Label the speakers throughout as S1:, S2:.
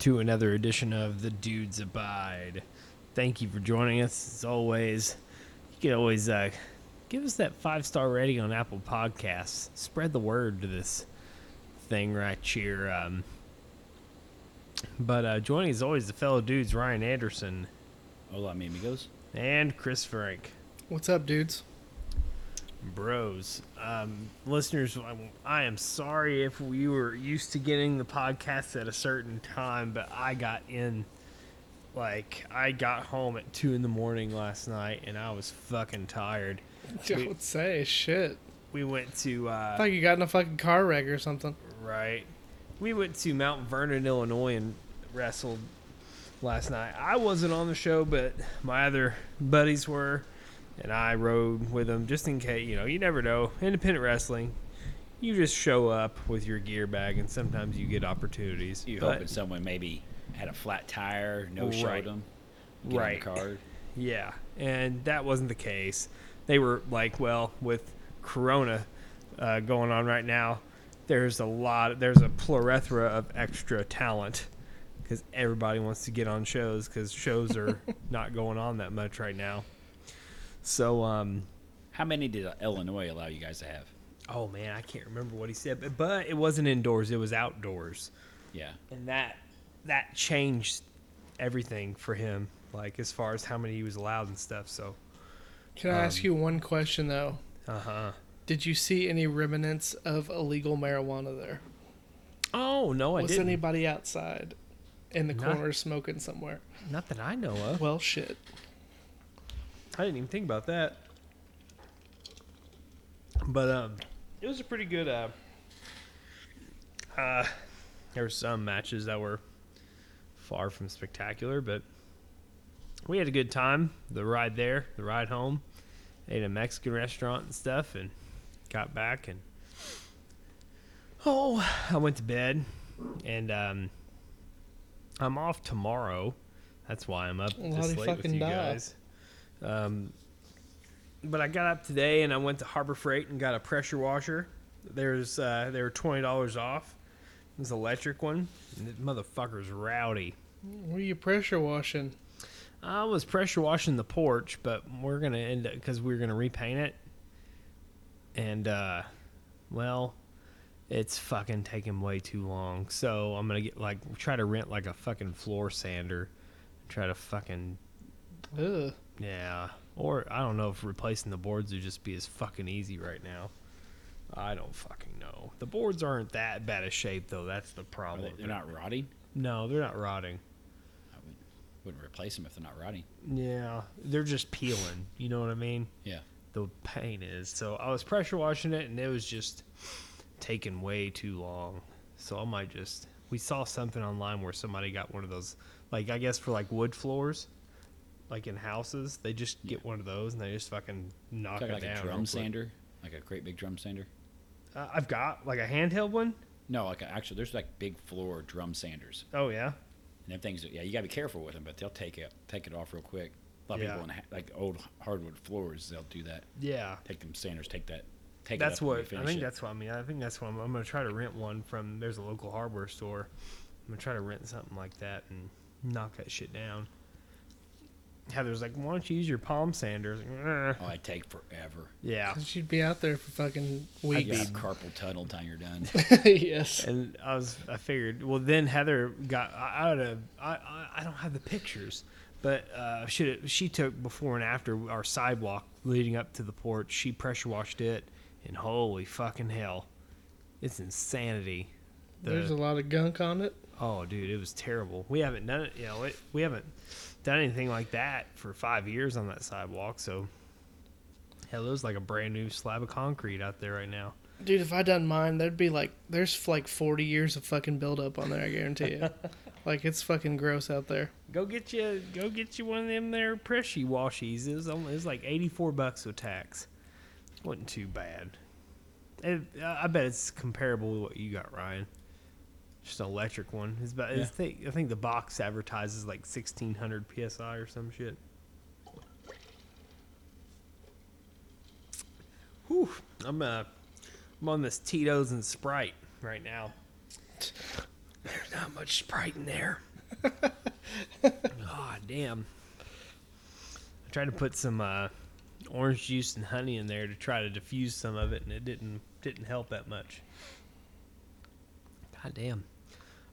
S1: to another edition of The Dudes Abide. Thank you for joining us as always. You can always uh, give us that five star rating on Apple Podcasts. Spread the word to this thing right here. Um, but uh, joining as always the fellow dudes Ryan Anderson
S2: Hola, mi amigos.
S1: and Chris Frank.
S3: What's up, dudes?
S1: bros um, listeners I- i am sorry if we were used to getting the podcast at a certain time but i got in like i got home at 2 in the morning last night and i was fucking tired
S3: Don't say shit.
S1: we went to
S3: I
S1: uh,
S3: thought you got in a fucking car wreck or something.
S1: right we went to mount vernon illinois and wrestled last night i wasn't on the show but my other buddies were and i rode with them just in case you know you never know independent wrestling you just show up with your gear bag and sometimes you get opportunities
S2: You
S1: But-
S2: hoping someone maybe had a flat tire, no
S1: Right.
S2: showed them, get
S1: Right.
S2: on the card.
S1: Yeah, and that wasn't the case. They were like, well, with Corona uh, going on right now, there's a lot, there's a plethora of extra talent because everybody wants to get on shows because shows are not going on that much right now. So, um,
S2: How many did uh, Illinois allow you guys to have?
S1: oh man, I can't remember what he said, but, but it wasn't indoors; it was outdoors,
S2: Yeah.
S1: and that that changed everything for him, like as far as how many he was allowed and stuff. So,
S3: Can I
S1: Um,
S3: ask you one question though?
S1: uh huh.
S3: Did you see any remnants of illegal marijuana there?
S1: Oh no, I
S3: Was
S1: didn't.
S3: anybody outside in the
S1: Not-
S3: corner smoking somewhere?
S1: Not that I know of.
S3: Well, shit.
S1: I didn't even think about that. But um, it was a pretty good. Uh, uh, there were some matches that were far from spectacular, but we had a good time. The ride there, the ride home, ate a Mexican restaurant and stuff, and got back and oh, I went to bed, and um, I'm off tomorrow. That's why I'm up this
S3: Lottie
S1: late with
S3: fucking
S1: you
S3: die.
S1: guys. Um, but I got up today and I went to Harbor Freight and got a pressure washer. There's uh, they were twenty dollars off. It was an electric one. And that motherfucker's rowdy.
S3: Were you pressure washing?
S1: I was pressure washing the porch, but we're gonna end up because we're gonna repaint it. And uh, well, it's fucking taking way too long. So I'm gonna get like try to rent like a fucking floor sander, try to fucking
S3: Ugh.
S1: yeah. Or I don't know if replacing the boards would just be as fucking easy right now. I don't fucking know. The boards aren't that bad a shape though. That's the
S2: Are
S1: problem.
S2: they, they're not rotting?
S1: No, they're not rotting.
S2: I wouldn't, wouldn't replace them if they're not rotting.
S1: Yeah, they're just peeling. You know what I mean?
S2: Yeah.
S1: the pain is. So I was pressure washing it, and it was just taking way too long. So I might just. We saw something online where somebody got one of those, like I guess for like wood floors, like in houses, they just get one of those and they just fucking knock
S2: Talking
S1: it
S2: like
S1: down.
S2: a
S1: real
S2: drum
S1: quick.
S2: sander, like a great big drum sander.
S1: Uh, I've got like a handheld one.
S2: No, like a, actually, there's like big floor drum sanders,
S1: Oh yeah,
S2: and them things. Yeah, you gotta be careful with them, but they'll take it take it off real quick. A lot of
S1: Yeah.
S2: people in ha- like old hardwood floors, they'll do that.
S1: yeah.
S2: Take them sanders, take that. Take
S1: that's
S2: it up when you
S1: what I
S2: finish
S1: think.
S2: it.
S1: That's what I mean. I think that's what I'm, I'm gonna try to rent one from. There's a local hardware store. I'm gonna try to rent something like that and knock that shit down. Heather's like, why don't you use your palm sanders?
S2: Oh, I take forever.
S1: yeah.
S3: 'Cause you'd be out there for fucking
S2: You
S3: weeks.
S2: got carpal tunnel time you're done.
S3: yes.
S1: And I was, I figured. Well, then Heather got. I, I, oughta- I, I, I don't have the pictures, but uh, she she took before and after our sidewalk leading up to the porch. She pressure washed it, and holy fucking hell, it's insanity. The-
S3: There's a lot of gunk on it.
S1: Oh, dude, it was terrible. We haven't done it, you know, it, we haven't done anything like that for five years on that sidewalk. So, hell, it was like a brand new slab of concrete out there right now.
S3: Dude, if I done mine, there'd be like there's like 40 years of fucking buildup on there. I guarantee you. like it's fucking gross out there.
S1: Go get you, go get you one of them there pressy washies. It was, only, it was like eighty-four bucks with tax. wasn't too bad. It, I bet it's comparable to what you got, Ryan. Just an electric one. It's about. It's think, I think the box advertises like sixteen hundred psi or some shit. Whew, I'm uh, I'm on this Tito's and Sprite right now. There's not much Sprite in there. Ah, damn. I tried to put some uh, orange juice and honey in there to try to diffuse some of it, and it didn't didn't help that much. God damn.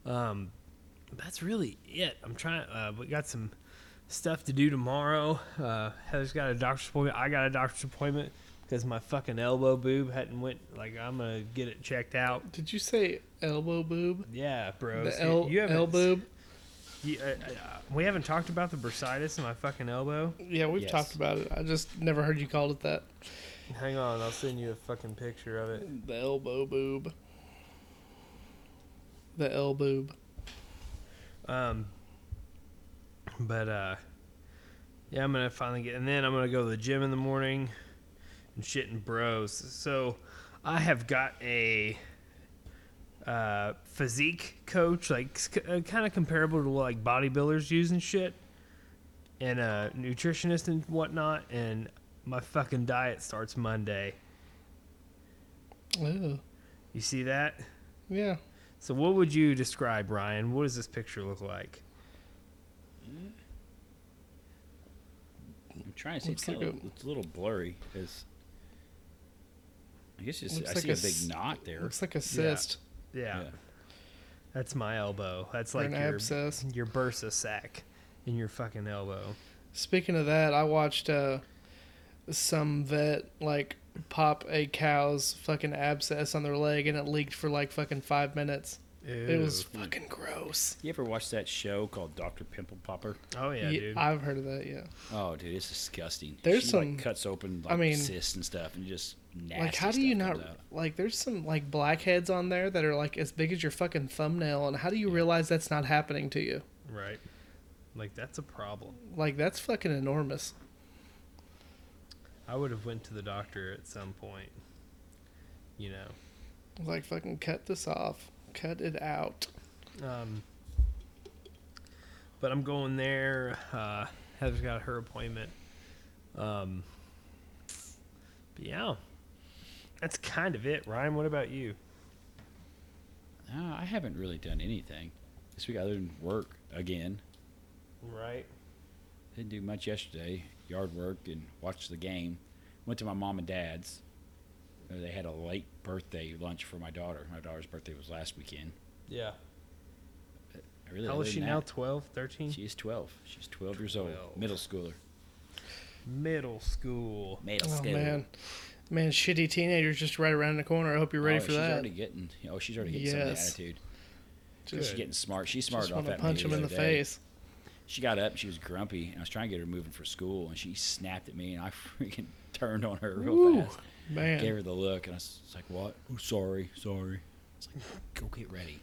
S1: Um, that's really it. I'm trying. Uh, we got some stuff to do tomorrow. Uh, Heather's got a doctor's appointment. I got a doctor's appointment because my fucking elbow boob hadn't went. Like I'm gonna get it checked out.
S3: Did you say elbow boob?
S1: Yeah, bro.
S3: The el- elbow.
S1: You, uh, uh, we haven't talked about the bursitis in my fucking elbow.
S3: Yeah, we've
S2: Yes.
S3: talked about it. I just never heard you called it that.
S1: Hang on, I'll send you a fucking picture of it.
S3: The elbow boob. The elbow boob.
S1: Um, but uh, yeah, I'm gonna finally get, and then I'm gonna go to the gym in the morning and shit and bros. So I have got a uh, physique coach, like kind of comparable to what, like bodybuilders use and shit, and a nutritionist and whatnot. And my fucking diet starts Monday.
S3: Oh,
S1: You see that?
S3: yeah.
S1: So what would you describe, Ryan? What does this picture look like?
S2: I'm trying to see. It's,
S3: Looks
S2: kinda-
S3: like a-
S2: it's a little blurry. It's, I guess it's,
S3: Looks
S2: I
S3: like
S2: see a
S3: a s-
S2: big knot there.
S3: Looks like a cyst
S1: Yeah.
S2: Yeah.
S1: That's my elbow. That's
S3: or
S1: like
S3: an
S1: your
S3: abscess.
S1: your bursa sac in your fucking elbow.
S3: Speaking of that, I watched uh, some vet like pop a cow's fucking abscess on their leg, and it leaked for like fucking five minutes. It was
S1: Ew.
S3: fucking gross.
S2: You ever watch that show called Doctor Pimple Popper?
S1: Oh yeah,
S3: Ye-
S1: dude.
S3: I've heard of that. Yeah.
S2: Oh, dude, it's disgusting.
S3: There's
S2: she,
S3: some-
S2: like, cuts open like
S3: I mean,
S2: cysts and stuff, and just nasty
S3: like, how do you
S2: stuff
S3: not
S2: comes out.
S3: like? There's some like blackheads on there that are like as big as your fucking thumbnail, and how do you realize that's not happening to you?
S1: right. Like that's a problem.
S3: Like that's fucking enormous.
S1: I would have went to the doctor at some point. You know.
S3: Like fucking cut this off, cut it out.
S1: Um but I'm going there. Uh Heather's got her appointment. Um but yeah. That's kind of it. Ryan, what about you?
S2: Uh, I haven't really done anything this week other than work again.
S1: Right.
S2: Didn't do much yesterday. Yard work and watched the game. Went to my mom and dad's. Uh, They had a late birthday lunch for my daughter. My daughter's birthday was last weekend.
S1: Yeah.
S2: I really
S1: How old
S2: other
S1: is she
S2: than
S1: now?
S2: that,
S1: 12, 13?
S2: She is 12. She's 12 years old.
S1: 12.
S2: Middle schooler.
S1: Middle school.
S2: Middle
S3: Oh man, man, shitty teenagers just right around the corner. I hope you're ready
S2: oh,
S3: for
S2: she's
S3: that.
S2: Already getting, oh, she's already getting some of the
S3: Yes.
S2: attitude.
S3: Just-
S2: She's
S1: Good.
S2: getting smart. She's smart
S3: Just
S2: off
S3: want to
S2: that
S3: punch
S2: meeting
S3: him in the
S2: other day.
S3: face.
S2: She got up. She was grumpy, and I was trying to get her moving for school, and she snapped at me, and I freaking turned on her real
S3: Woo.
S2: fast. Gave
S3: Man,
S2: her the look, and I was like, "What? Oh, sorry, sorry." It's like, "Go get ready."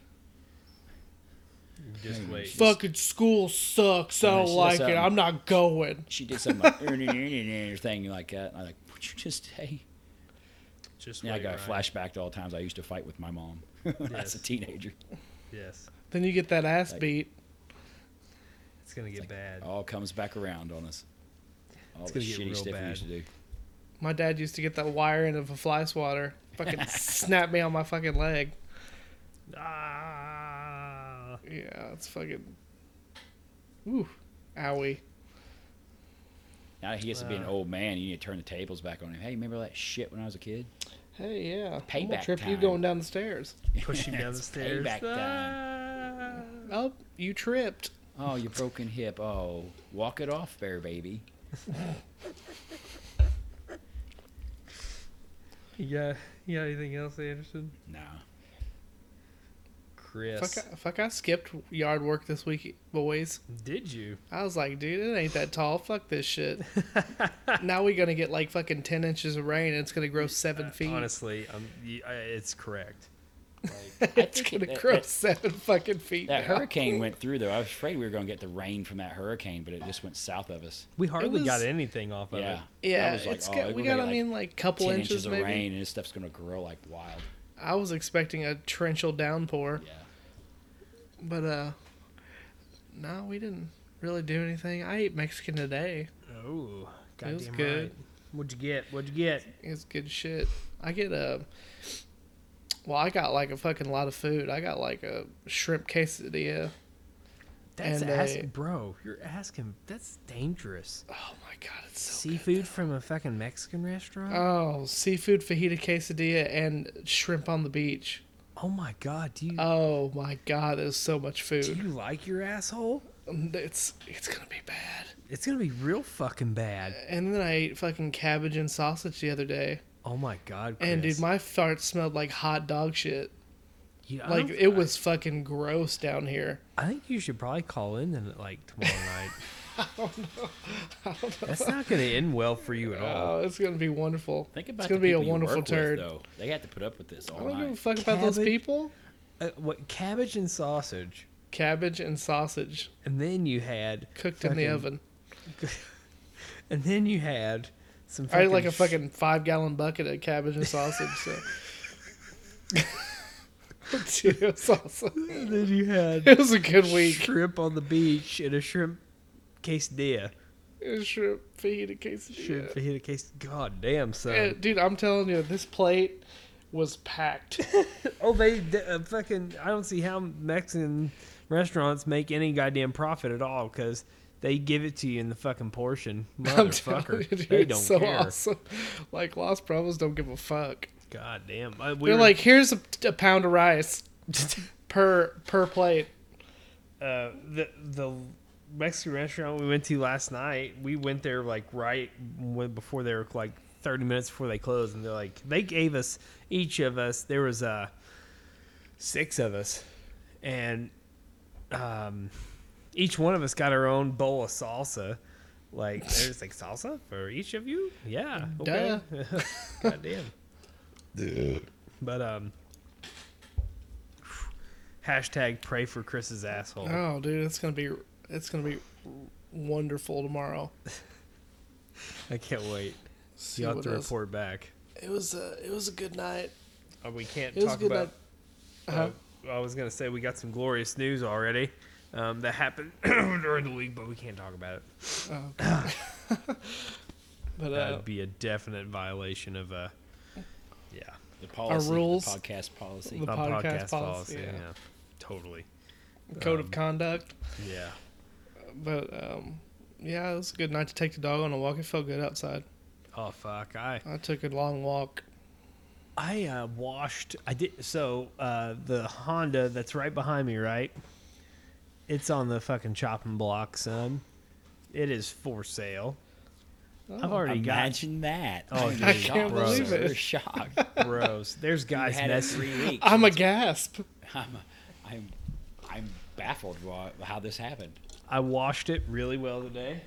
S1: Just wait.
S3: fucking school sucks. I
S2: Yeah,
S3: don't
S2: she-
S3: like
S2: that's
S3: it.
S2: something.
S3: I'm not going.
S2: She did something like thing like that. And I'm like, "Would you just say?"
S1: Just
S2: Yeah, I
S1: wait,
S2: got
S1: Ryan.
S2: a flashback to all the times I used to fight with my mom as a
S1: Yes.
S2: teenager.
S1: Yes.
S3: Then you get that ass
S2: Like-
S3: beat.
S1: It's oh. going to get
S2: like,
S1: bad.
S2: All comes back around on us. All
S1: It's
S2: the
S1: gonna get
S2: shitty
S1: real
S2: stuff we
S1: bad.
S2: used to do.
S3: My dad used to get that wire end of a fly swatter. Fucking snap me on my fucking leg.
S1: Ah.
S3: Yeah, it's fucking. Ooh, owie.
S2: Now that he gets to be an
S1: Wow.
S2: old man, you need to turn the tables back on him. Hey, remember that shit when I was a kid?
S3: Hey, yeah. I'm gonna
S2: Payback
S3: trip you
S2: time.
S3: going down the stairs.
S1: Push him down the
S2: It's
S1: stairs. Ah.
S2: payback
S1: time.
S3: Oh, you tripped.
S2: Oh, your broken hip. Oh, walk it off, bear baby.
S1: Yeah. You got anything else, Anderson?
S2: Nah.
S1: Chris.
S3: Fuck, I- fuck, I skipped yard work this week, boys.
S1: Did you?
S3: I was like, dude, it ain't that tall. Fuck this shit. now we're gonna get like fucking ten inches of rain, and it's gonna grow seven
S1: Uh,
S3: feet.
S1: Honestly, um, y- I- it's correct.
S3: it's gonna grow seven fucking feet.
S2: That
S3: now.
S2: hurricane went through though. I was afraid we were going to get the rain from that hurricane, but it just went south of us.
S1: We hardly got
S3: was-
S1: anything off of
S2: Yeah. I
S3: Yeah,
S2: was like,
S3: it's
S2: oh,
S3: got,
S2: we're
S3: we
S2: gonna
S3: got.
S2: get,
S3: I
S2: like,
S3: mean, like couple
S2: 10
S3: inches,
S2: inches of
S3: maybe.
S2: rain, and this stuff's going to grow like wild.
S3: I was expecting a torrential downpour,
S2: Yeah.
S3: but uh, no, we didn't really do anything. I ate Mexican today.
S1: it. Oh,
S3: It
S1: goddamn
S3: was
S1: right.
S3: good.
S1: What'd you get? What'd you get?
S3: It's good shit. I get uh, a. Well, I got like a fucking lot of food. I got like a shrimp quesadilla
S1: That's
S3: And
S1: ask,
S3: they-
S1: bro. You're asking. That's dangerous.
S3: Oh my god, it's so
S1: Seafood from a fucking Mexican restaurant.
S3: Good. Oh, seafood fajita quesadilla and shrimp on the beach.
S1: oh my god, do you
S3: Oh my god, there's so much
S1: do
S3: food.
S1: you like your asshole?
S3: It's it's gonna be bad.
S1: It's gonna be real fucking bad.
S3: And then I ate fucking cabbage and sausage the other day,
S1: Oh my god, Chris.
S3: and dude, my fart smelled like hot dog shit.
S1: You- I
S3: Like
S1: don't-
S3: it was fucking gross down here.
S1: I think you should probably call in and like tomorrow night. That's not going to end well for you at all.
S3: Oh, it's gonna be wonderful.
S2: Think about
S3: it's gonna
S2: the
S3: be a
S2: people you
S3: wonderful
S2: work with,
S3: turd.
S2: though. They have to put up with this
S3: I
S2: all
S3: don't give a
S2: night.
S3: fuck about those
S1: Cabbage.
S3: people.
S1: Uh, what cabbage and sausage,
S3: Cabbage and sausage
S1: and then you had
S3: cooked in the
S1: fucking-
S3: oven.
S1: and then you had some.
S3: I ate like a
S1: sh-
S3: fucking five gallon bucket of cabbage and sausage. So. Dude, it's awesome.
S1: and then you had
S3: It was a good week.
S1: shrimp on the beach and a shrimp quesadilla.
S3: It was shrimp fajita quesadilla.
S1: Shrimp fajita quesadilla. God damn son.
S3: Yeah, dude, I'm telling you, this plate was packed.
S1: Oh, they d- uh, fucking. I don't see how Mexican restaurants make any goddamn profit at all because they give it to you in the fucking portion,
S3: I'm telling
S1: motherfucker.
S3: you, dude,
S1: they
S3: it's
S1: don't
S3: so
S1: care.
S3: awesome. Like Los Bravos don't give a fuck.
S1: God damn. I, Uh, we
S3: They're
S1: were-
S3: like, here's a, a pound of rice per per plate.
S1: uh, the the Mexican restaurant we went to last night. We went there like right when, before they were like thirty minutes before they closed, and they're like they gave us each of us. There was uh six of us, and um, each one of us got our own bowl of salsa. Like there's like salsa for each of you. Yeah. Okay. God damn. But um. Hashtag pray for Chris's asshole.
S3: Oh, dude, it's gonna be it's gonna be wonderful tomorrow.
S1: I can't wait.
S3: See
S1: You have
S3: what
S1: to
S3: else-
S1: report back.
S3: It was a it was a good night.
S1: Oh, we can't
S3: It was a
S1: talk
S3: good
S1: about.
S3: night. Uh-huh.
S1: uh, I was gonna say we got some glorious news already um, that happened during the week, but we can't talk about it.
S3: Oh, okay. but
S1: That
S3: uh,
S1: would be a definite violation of uh, yeah,
S2: The policy,
S3: rules-
S2: the podcast policy.
S3: The
S1: a
S3: podcast policy, yeah.
S1: totally,
S3: code of conduct.
S1: yeah.
S3: But um, yeah, it was a good night to take the dog on a walk. It felt good outside.
S1: Oh fuck, I
S3: I took a long walk.
S1: I uh, washed. I did so uh, the Honda that's right behind me, right? It's on the fucking chopping block, son. It is for sale.
S3: Oh.
S1: I've already got
S2: Imagine that.
S1: Oh,
S2: I'm
S1: dude. I
S2: shocked,
S3: can't believe
S2: sir.
S3: it.
S2: Shocked.
S1: Bros, there's
S2: I
S1: guys
S2: had it
S1: messing.
S2: three weeks.
S3: I'm a gasp.
S2: I'm, I'm, I'm baffled why, how this happened.
S1: I washed it really well today.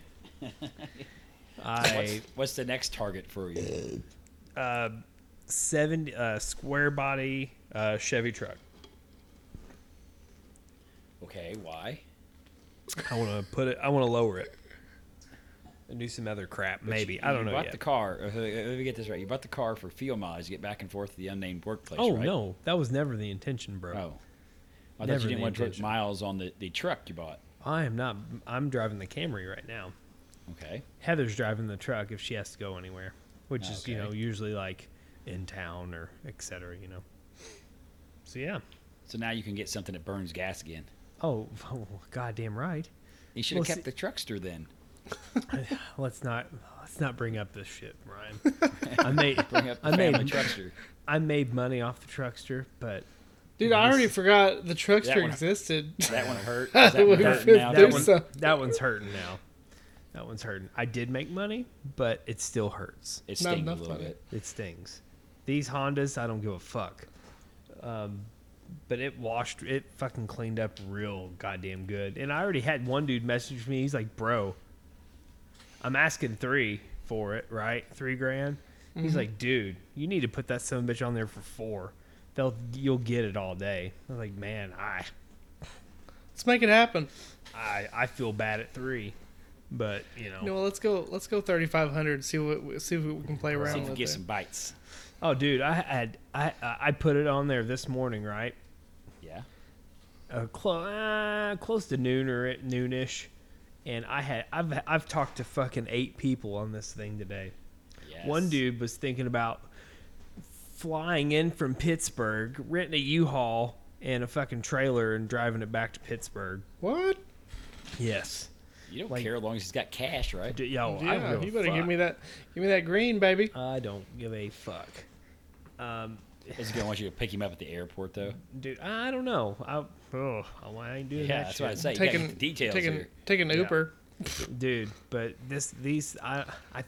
S1: I
S2: What's, what's the next target for you?
S1: uh, seven uh, square body uh, Chevy truck.
S2: Okay, why?
S1: I want to put it. I want to lower it and do some other crap.
S2: But
S1: Maybe
S2: you,
S1: I don't
S2: you
S1: know
S2: Bought
S1: yet.
S2: the car. uh, Let me get this right. You bought the car for fuel mileage to get back and forth to the unnamed workplace.
S1: oh
S2: right?
S1: no, that was never the intention, bro.
S2: Oh. I
S1: Never
S2: thought
S1: the
S2: you didn't want to put
S1: intention.
S2: miles on the, the truck you bought.
S1: I am not. I'm driving the Camry right now.
S2: Okay.
S1: Heather's driving the truck if she has to go anywhere, which is you
S2: Okay.
S1: know usually like in town or etc. You know. So yeah.
S2: So now you can get something that burns gas again.
S1: Oh, oh goddamn right.
S2: You should have
S1: Well,
S2: kept
S1: see-
S2: the truckster then.
S1: Let's not let's not bring up this shit, Ryan. I made
S2: Bring up the
S1: I
S2: family
S1: made-
S2: truckster.
S1: I made money off the truckster, but
S3: Dude, I already forgot the
S2: That
S3: truckster
S2: one-
S3: existed.
S2: That one hurt. Is that one
S3: would
S2: hurt
S3: fit
S2: now?
S1: that,
S3: There's
S1: one,
S2: too?
S3: some-
S1: that one's hurting now. That one's hurting. I did make money, but it still hurts.
S2: It
S3: Not
S2: stings a
S3: enough
S2: little
S3: money.
S2: bit.
S1: It stings. These Hondas, I don't give a fuck. Um, but it washed, it fucking cleaned up real goddamn good. And I already had one dude message me. He's like, bro, I'm asking three for it, right? Three grand. He's like, dude, you need to put that son of a bitch on there for four. They'll, you'll get it all day. I was like, man, I,
S3: Let's make it happen.
S1: I, I feel bad at three, but you know,
S3: You know, what, let's go. Let's go 3,500. See what see what we can play
S2: See
S3: around
S2: if you
S3: with.
S2: get
S3: it.
S2: some bites.
S1: oh, dude, I had, I, I I put it on there this morning, right?
S2: Yeah.
S1: uh, close uh, close to noon or at noonish, and I had I've I've talked to fucking eight people on this thing today.
S2: Yes.
S1: One dude was thinking about flying in from Pittsburgh, renting a U-Haul and a fucking trailer, and driving it back to Pittsburgh.
S3: What?
S1: Yes.
S2: You don't
S1: Like-
S2: care as long as he's got cash, right?
S1: D- Yo, I don't
S3: yeah,
S1: give
S3: you
S1: a
S3: better give
S1: fuck.
S3: me that. Give me that green, baby.
S1: I don't give a fuck. Um,
S2: Is he gonna want you to pick him up at the airport though?
S1: dude, I don't know. I, oh, I ain't doing
S2: Yeah,
S1: that
S2: that's
S1: shit.
S2: what I say. You gotta
S3: taking
S2: get the details
S3: taking
S2: here.
S3: taking
S1: Yeah.
S3: Uber.
S1: dude. But this, these, I, I,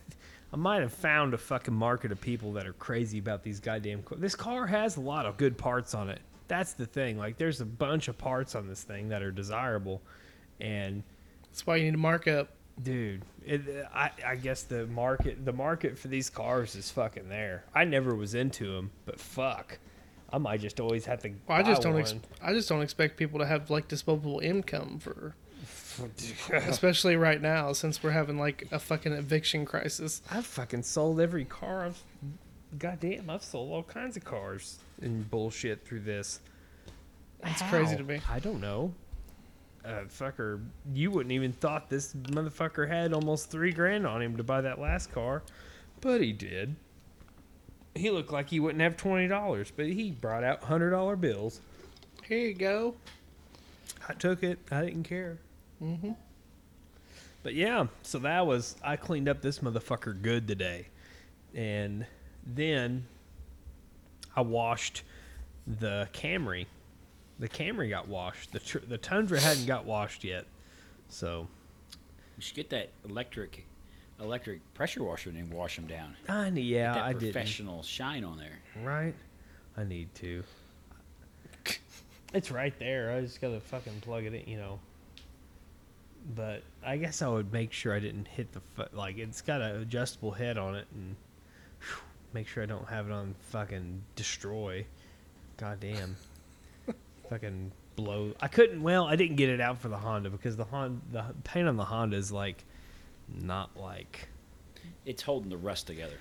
S1: I might have found a fucking market of people that are crazy about these goddamn. Cars. This car has a lot of good parts on it. That's the thing. Like, there's a bunch of parts on this thing that are desirable, and
S3: That's why you need a markup.
S1: dude, it, I, I guess the market, the market for these cars is fucking there. I never was into them, but fuck, I might just always have to.
S3: Well, I just
S1: buy
S3: don't. Ex-
S1: one.
S3: I just don't expect people to have like disposable income for, especially right now since we're having like a fucking eviction crisis.
S1: I've fucking sold every car. I've, goddamn, I've sold all kinds of cars and bullshit through this.
S3: It's crazy to me.
S1: I don't know. Uh, fucker, you wouldn't even thought this motherfucker had almost three grand on him to buy that last car, but he did. He looked like he wouldn't have twenty dollars, but he brought out hundred dollar bills.
S3: Here you go.
S1: I took it. I didn't care. Mm-hmm. But yeah, so that was I cleaned up this motherfucker good today, and then I washed the Camry. The Camry got washed. The tr- the Tundra hadn't got washed yet, so
S2: You should get that electric, electric pressure washer and then wash them down.
S1: I kn- yeah
S2: that
S1: Uh, I did
S2: professional shine on there.
S1: right. I need to. It's right there. I just gotta fucking plug it in, you know. But I guess I would make sure I didn't hit the fu- like. It's got an adjustable head on it, and whew, make sure I don't have it on fucking destroy. Goddamn, fucking blow. I couldn't. Well, I didn't get it out for the Honda because the Honda, the paint on the Honda is like not like
S2: It's holding the rust together.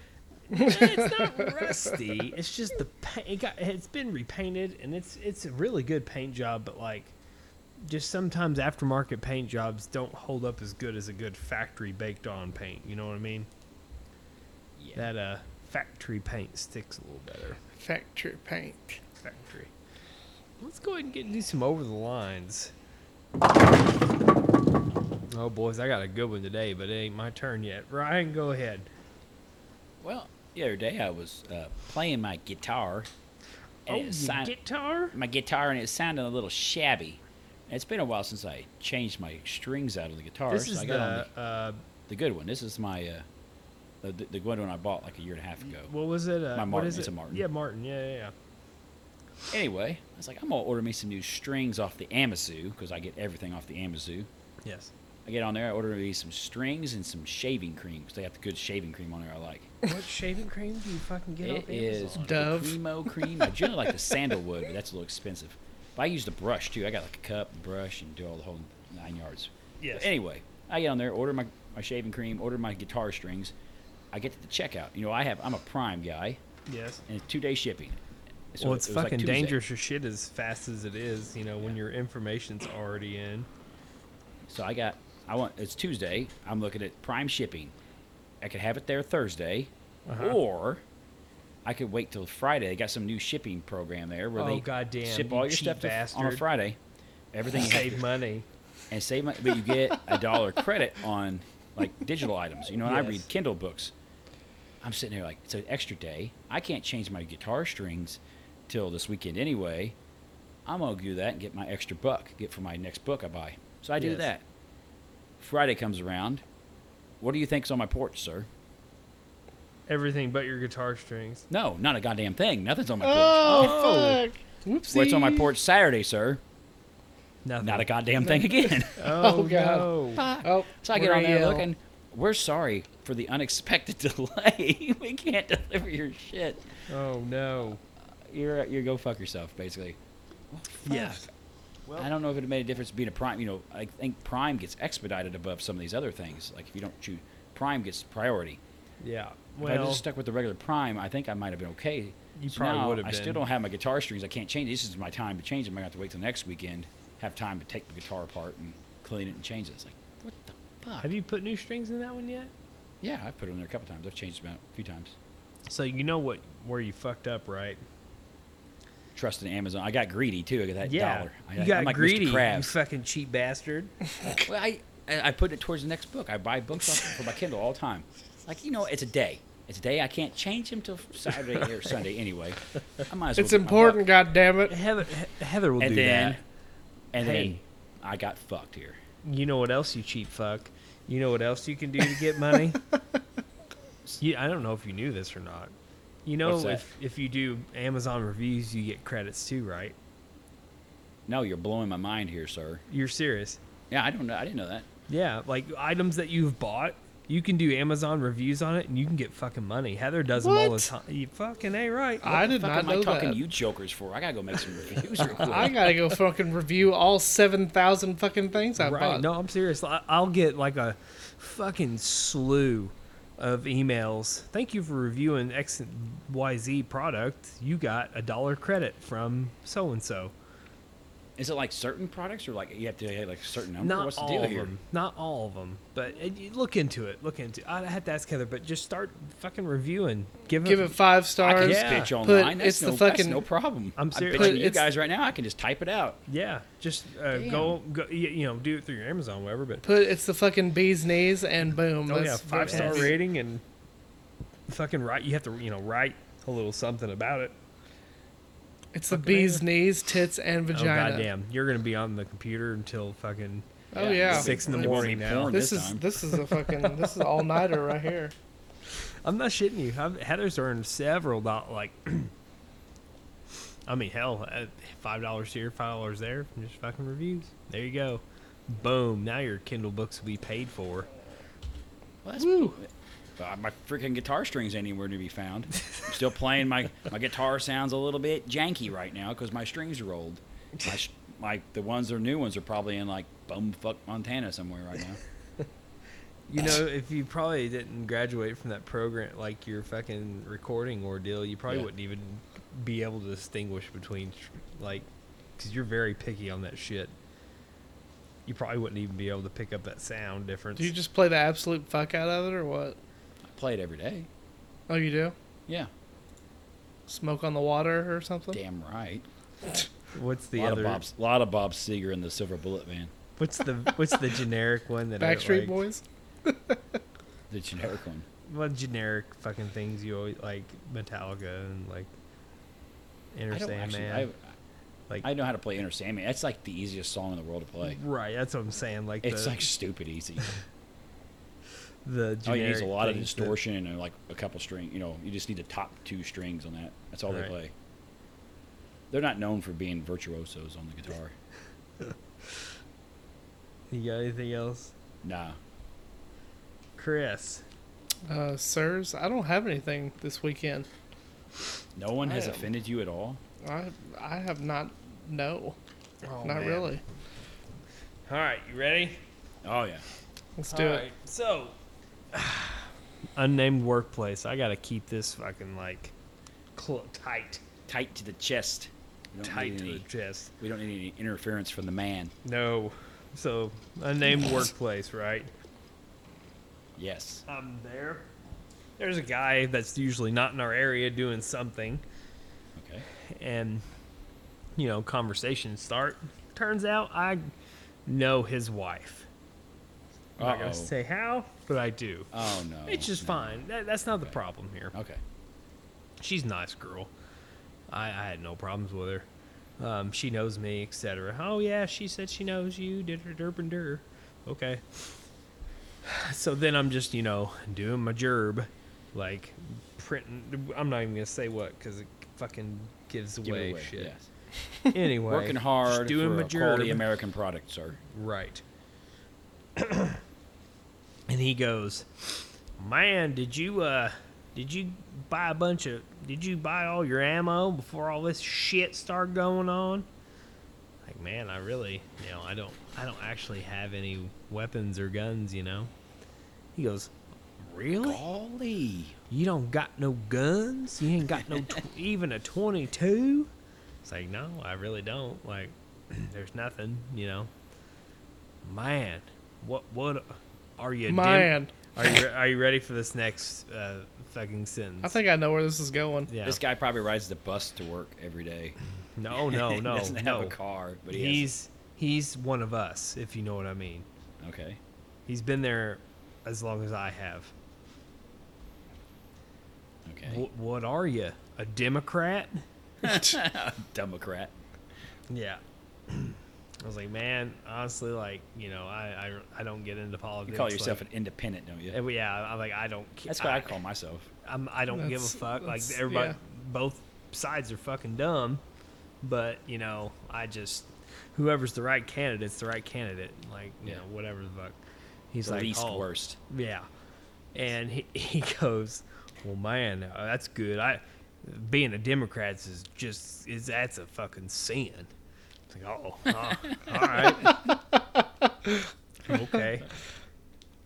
S1: it's not rusty. It's just the paint. It got, it's been repainted, and it's it's a really good paint job. But like, just sometimes aftermarket paint jobs don't hold up as good as a good factory baked on paint. You know what I mean?
S2: Yeah.
S1: That uh, factory paint sticks a little better.
S3: Factory paint.
S1: Factory. Let's go ahead and get do some over the lines. Oh boys, I got a good one today, but it ain't my turn yet. Ryan, go ahead.
S2: Well, the other day I was uh, playing my guitar.
S1: Oh,
S2: it sound-
S1: you guitar?
S2: my guitar and it sounded a little shabby. And it's been a while since I changed my strings out of the guitar.
S1: This
S2: so
S1: is
S2: I
S1: the
S2: got on
S1: uh,
S2: the, the good one. This is my uh, the, the good one I bought like a year and a half ago.
S1: What was it? Uh,
S2: My
S1: what
S2: Martin,
S1: is
S2: it's
S1: it?
S2: a Martin.
S1: Yeah, Martin. Yeah, yeah, yeah.
S2: Anyway, I was like, I'm gonna order me some new strings off the Amazoo because I get everything off the Amazoo.
S1: Yes.
S2: I get on there, I order me some strings and some shaving cream 'cause they got the good shaving cream on there. I like.
S1: What shaving cream do you fucking get off
S2: It is
S1: Amazon?
S3: Dove.
S2: the Primo cream. I generally like the sandalwood, but that's a little expensive. But I use the brush too. I got like a cup, and brush, and do all the whole nine yards.
S1: Yes.
S2: But anyway, I get on there, order my, my shaving cream, order my guitar strings. I get to the checkout. You know, I have I'm a Prime guy,
S1: Yes.
S2: and it's two day shipping. So
S1: Well, it's
S2: it was, like,
S1: fucking
S2: Tuesday.
S1: dangerous as shit as fast as it is. You know, when your information's already in.
S2: So I got I want it's Tuesday. I'm looking at Prime shipping. I could have it there Thursday,
S1: Uh-huh.
S2: or I could wait till Friday. They got some new shipping program there where
S1: Oh,
S2: they
S1: goddamn,
S2: ship
S1: you
S2: all your
S1: cheap
S2: stuff to, on a
S1: bastard.
S2: Friday. Everything you have
S1: Save money.
S2: and save money, but you get a dollar credit on like digital items. You know, and I
S1: Yes.
S2: read Kindle books. I'm sitting there like it's an extra day. I can't change my guitar strings till this weekend anyway. I'm gonna do that and get my extra buck, get for my next book I buy. So I do
S1: Yes.
S2: that. Friday comes around. What do you think's on my porch, sir?
S1: Everything but your guitar strings.
S2: No, not a goddamn thing. Nothing's on my porch.
S3: Oh, fuck! Whoopsie.
S2: What's on my porch Saturday, sir?
S1: Nothing.
S2: Not a goddamn thing again.
S1: Oh,
S3: Oh, God.
S1: no.
S3: Oh,
S2: So I get on there
S3: L'Oreal.
S2: looking. We're sorry for the unexpected delay. we can't deliver your shit.
S1: Oh no.
S2: You're you go fuck yourself, basically.
S1: Yes.
S2: I don't know if it made a difference being a prime. You know, I think prime gets expedited above some of these other things. Like if you don't choose, prime gets priority.
S1: Yeah.
S2: if I
S1: Well,
S2: just stuck with the regular prime, I think I might have been okay.
S1: You probably
S2: now
S1: would have
S2: I still
S1: been.
S2: don't have my guitar strings. I can't change. it. This is my time to change them. I have to wait till next weekend. Have time to take the guitar apart and clean it and change it. It's like what the fuck?
S1: have you put new strings in that one yet?
S2: yeah, I've put it in there a couple times. I've changed them out a few times.
S1: So you know what where you fucked up, right?
S2: trusting Amazon. I got greedy too. I got that
S1: yeah,
S2: dollar. I,
S1: you got
S2: I'm like
S1: greedy,
S2: Mr.
S1: you
S2: Krabs.
S1: fucking cheap bastard.
S2: Well, I I I put it towards the next book. I buy books off for my Kindle all the time. Like you know, it's a day. It's a day. I can't change them till Saturday or Sunday anyway. I might as well.
S3: It's
S2: get my
S3: important,
S2: buck.
S3: God damn it.
S1: Heather, He- Heather will
S2: And
S1: do
S2: then,
S1: that.
S2: and
S1: Hey.
S2: then I got fucked here.
S1: You know what else you cheap fuck? You know what else you can do to get money? you, I don't know if you knew this or not. You know
S2: What's that?
S1: if if you do Amazon reviews, you get credits too, right?
S2: No, you're blowing my mind here, sir.
S1: You're serious.
S2: Yeah, I don't know. I didn't know that.
S1: Yeah, like items that you've bought, you can do Amazon reviews on it, and you can get fucking money. Heather does them all the
S3: What?
S1: time. You fucking a right.
S3: I
S2: The
S3: did
S2: fuck
S3: not
S2: am I
S3: know
S2: talking
S3: that.
S2: to you jokers for? I gotta go make some reviews. Real quick.
S3: I gotta go fucking review all seven thousand fucking things I
S1: right.
S3: bought.
S1: No, I'm serious. I- I'll get like a fucking slew of emails. Thank you for reviewing XYZ product. You got a dollar credit from so and so.
S2: Is it like certain products or like you have to have like a certain number?
S1: Not
S2: What's the
S1: all
S2: deal
S1: of
S2: here?
S1: them. Not all of them. But uh, you look into it. Look into. I had to ask Heather, but just start fucking reviewing. Give
S3: Give it
S2: I can
S3: five stars.
S2: just
S1: Yeah.
S2: bitch online. That's
S3: it's
S2: no,
S3: the
S2: that's
S3: fucking-
S2: no problem.
S1: I'm serious.
S2: I bet
S3: Put-
S2: you
S3: it's-
S2: guys right now. I can just type it out.
S1: Yeah, just uh, go go. y- You know, do it through your Amazon, whatever. But
S3: Put it's the fucking bee's knees and boom.
S1: oh yeah,
S3: that's-
S1: five star
S3: that's-
S1: rating and fucking write. You have to you know write a little something about it.
S3: It's the bee's knees, tits, and
S1: Oh
S3: vagina.
S1: goddamn, you're gonna be on the computer until fucking.
S3: Oh, yeah.
S1: Six in the
S2: It's
S1: morning now.
S2: porn
S3: This,
S2: This,
S3: is
S2: time.
S3: this is a fucking this is all nighter right here.
S1: I'm not shitting you. I've, Heather's earned several dol like. I mean, hell, uh, five dollars here, five dollars there, from just fucking reviews. There you go, boom. Now your Kindle books will be paid for.
S2: Well, that's- Uh, my freaking guitar strings anywhere to be found. I'm still playing my my guitar sounds a little bit janky right now because my strings are old. My, sh- my the ones that are new ones are probably in like bumfuck Montana somewhere right now.
S1: You know, if you probably didn't graduate from that program, like your fucking recording ordeal, you probably
S2: Yeah.
S1: wouldn't even be able to distinguish between, tr- like, because you're very picky on that shit. You probably wouldn't even be able to pick up that sound difference.
S3: Do you just play the absolute fuck out of it or what?
S2: I play it every day.
S3: Oh, you do?
S2: Yeah,
S3: Smoke on the water or something?
S2: damn right.
S1: what's
S2: A
S1: the
S2: lot
S1: other?
S2: of Bob's, lot of Bob Seger and the Silver Bullet Band,
S1: What's the what's the generic one that I
S3: Backstreet
S1: like,
S3: Boys.
S2: the generic one.
S1: What generic fucking things you always like? Metallica and like Inner
S2: I don't actually.
S1: Sandman.
S2: I,
S1: like
S2: I know how to play Inner Sandman. That's like the easiest song in the world to play.
S1: right, that's what I'm saying. Like
S2: It's
S1: the
S2: like stupid easy.
S1: the
S2: All Oh, you need
S1: generic
S2: is a lot of
S1: things that-
S2: distortion and like a couple string. You know, you just need the top two strings on that. That's all
S1: Right.
S2: they play. They're not known for being virtuosos on the guitar.
S1: You got anything else?
S2: Nah,
S1: Chris.
S3: Uh, sirs, I don't have anything this weekend.
S2: no one has
S1: Oh.
S3: I am-
S2: offended you at all.
S3: I I have not. No,
S1: Oh,
S3: not
S1: man.
S3: really.
S1: All right, you ready?
S2: Oh yeah,
S3: Let's do it.
S1: So, unnamed workplace. I gotta keep this fucking like cl- tight,
S2: tight to the chest. We don't
S1: tight
S2: need
S1: to the
S2: any,
S1: chest.
S2: we don't need any interference from the man.
S1: No. So, unnamed workplace, right?
S2: Yes.
S1: I'm there. There's a guy that's usually not in our area doing something,
S2: Okay.
S1: and you know, conversations start. Turns out I know his wife. I'm not
S2: Uh-oh.
S1: gonna say how, but I do.
S2: Oh no.
S1: It's just
S2: no.
S1: fine. That, that's not the problem here.
S2: Okay.
S1: She's a nice girl. I, I had no problems with her. Um, she knows me, etc. Oh yeah, she said she knows you. Did her derp and der. Okay. So then I'm just you know doing my gerb, like printing. I'm not even gonna say what because it fucking gives
S2: Give it
S1: away,
S2: away,
S1: shit.
S2: yes.
S1: Anyway,
S2: Working
S1: just
S2: hard
S1: doing
S2: for
S1: my
S2: a quality
S1: gerb.
S2: American product, sir.
S1: Right. and he goes, "Man, did you uh did you buy a bunch of did you buy all your ammo before all this shit started going on?" Like, "Man, I really, you know, I don't I don't actually have any weapons or guns, you know." He goes, "Really?
S2: Golly.
S1: You don't got no guns? You ain't got no tw- even a 22?" It's like, "No, I really don't. Like there's nothing, you know." Man, what what are you dim-
S3: Man,
S1: Are you are you ready for this next uh, fucking sentence?
S3: I think I know where this is going.
S1: yeah.
S2: This guy probably rides the bus to work every day.
S1: No, no,
S2: He
S1: Oh, no,
S2: doesn't have
S1: no.
S2: a car, but he has-
S1: he's he's one of us, if you know what I mean.
S2: okay.
S1: He's been there as long as I have.
S2: Okay,
S1: Wh- what are you? A Democrat?
S2: Democrat.
S1: Yeah. I was like, man, honestly, like, you know, I I, I don't get into politics.
S2: You call yourself
S1: like,
S2: an independent, don't you?
S1: and we- yeah, I'm like, I don't. ca-
S2: That's what I
S1: I-
S2: call myself.
S1: I'm, I don't give a
S3: That's-
S1: fuck. Like
S3: that's-
S1: everybody,
S3: yeah.
S1: both sides are fucking dumb. But you know, I just whoever's the right candidate's the right candidate. Like you
S2: Yeah.
S1: know, whatever the fuck. He's
S2: the
S1: like
S2: least
S1: oh,
S2: worst.
S1: Yeah, and he, he goes, well, man, uh, that's good. I being a Democrat is just is that's a fucking sin. It's like, oh, all right, okay.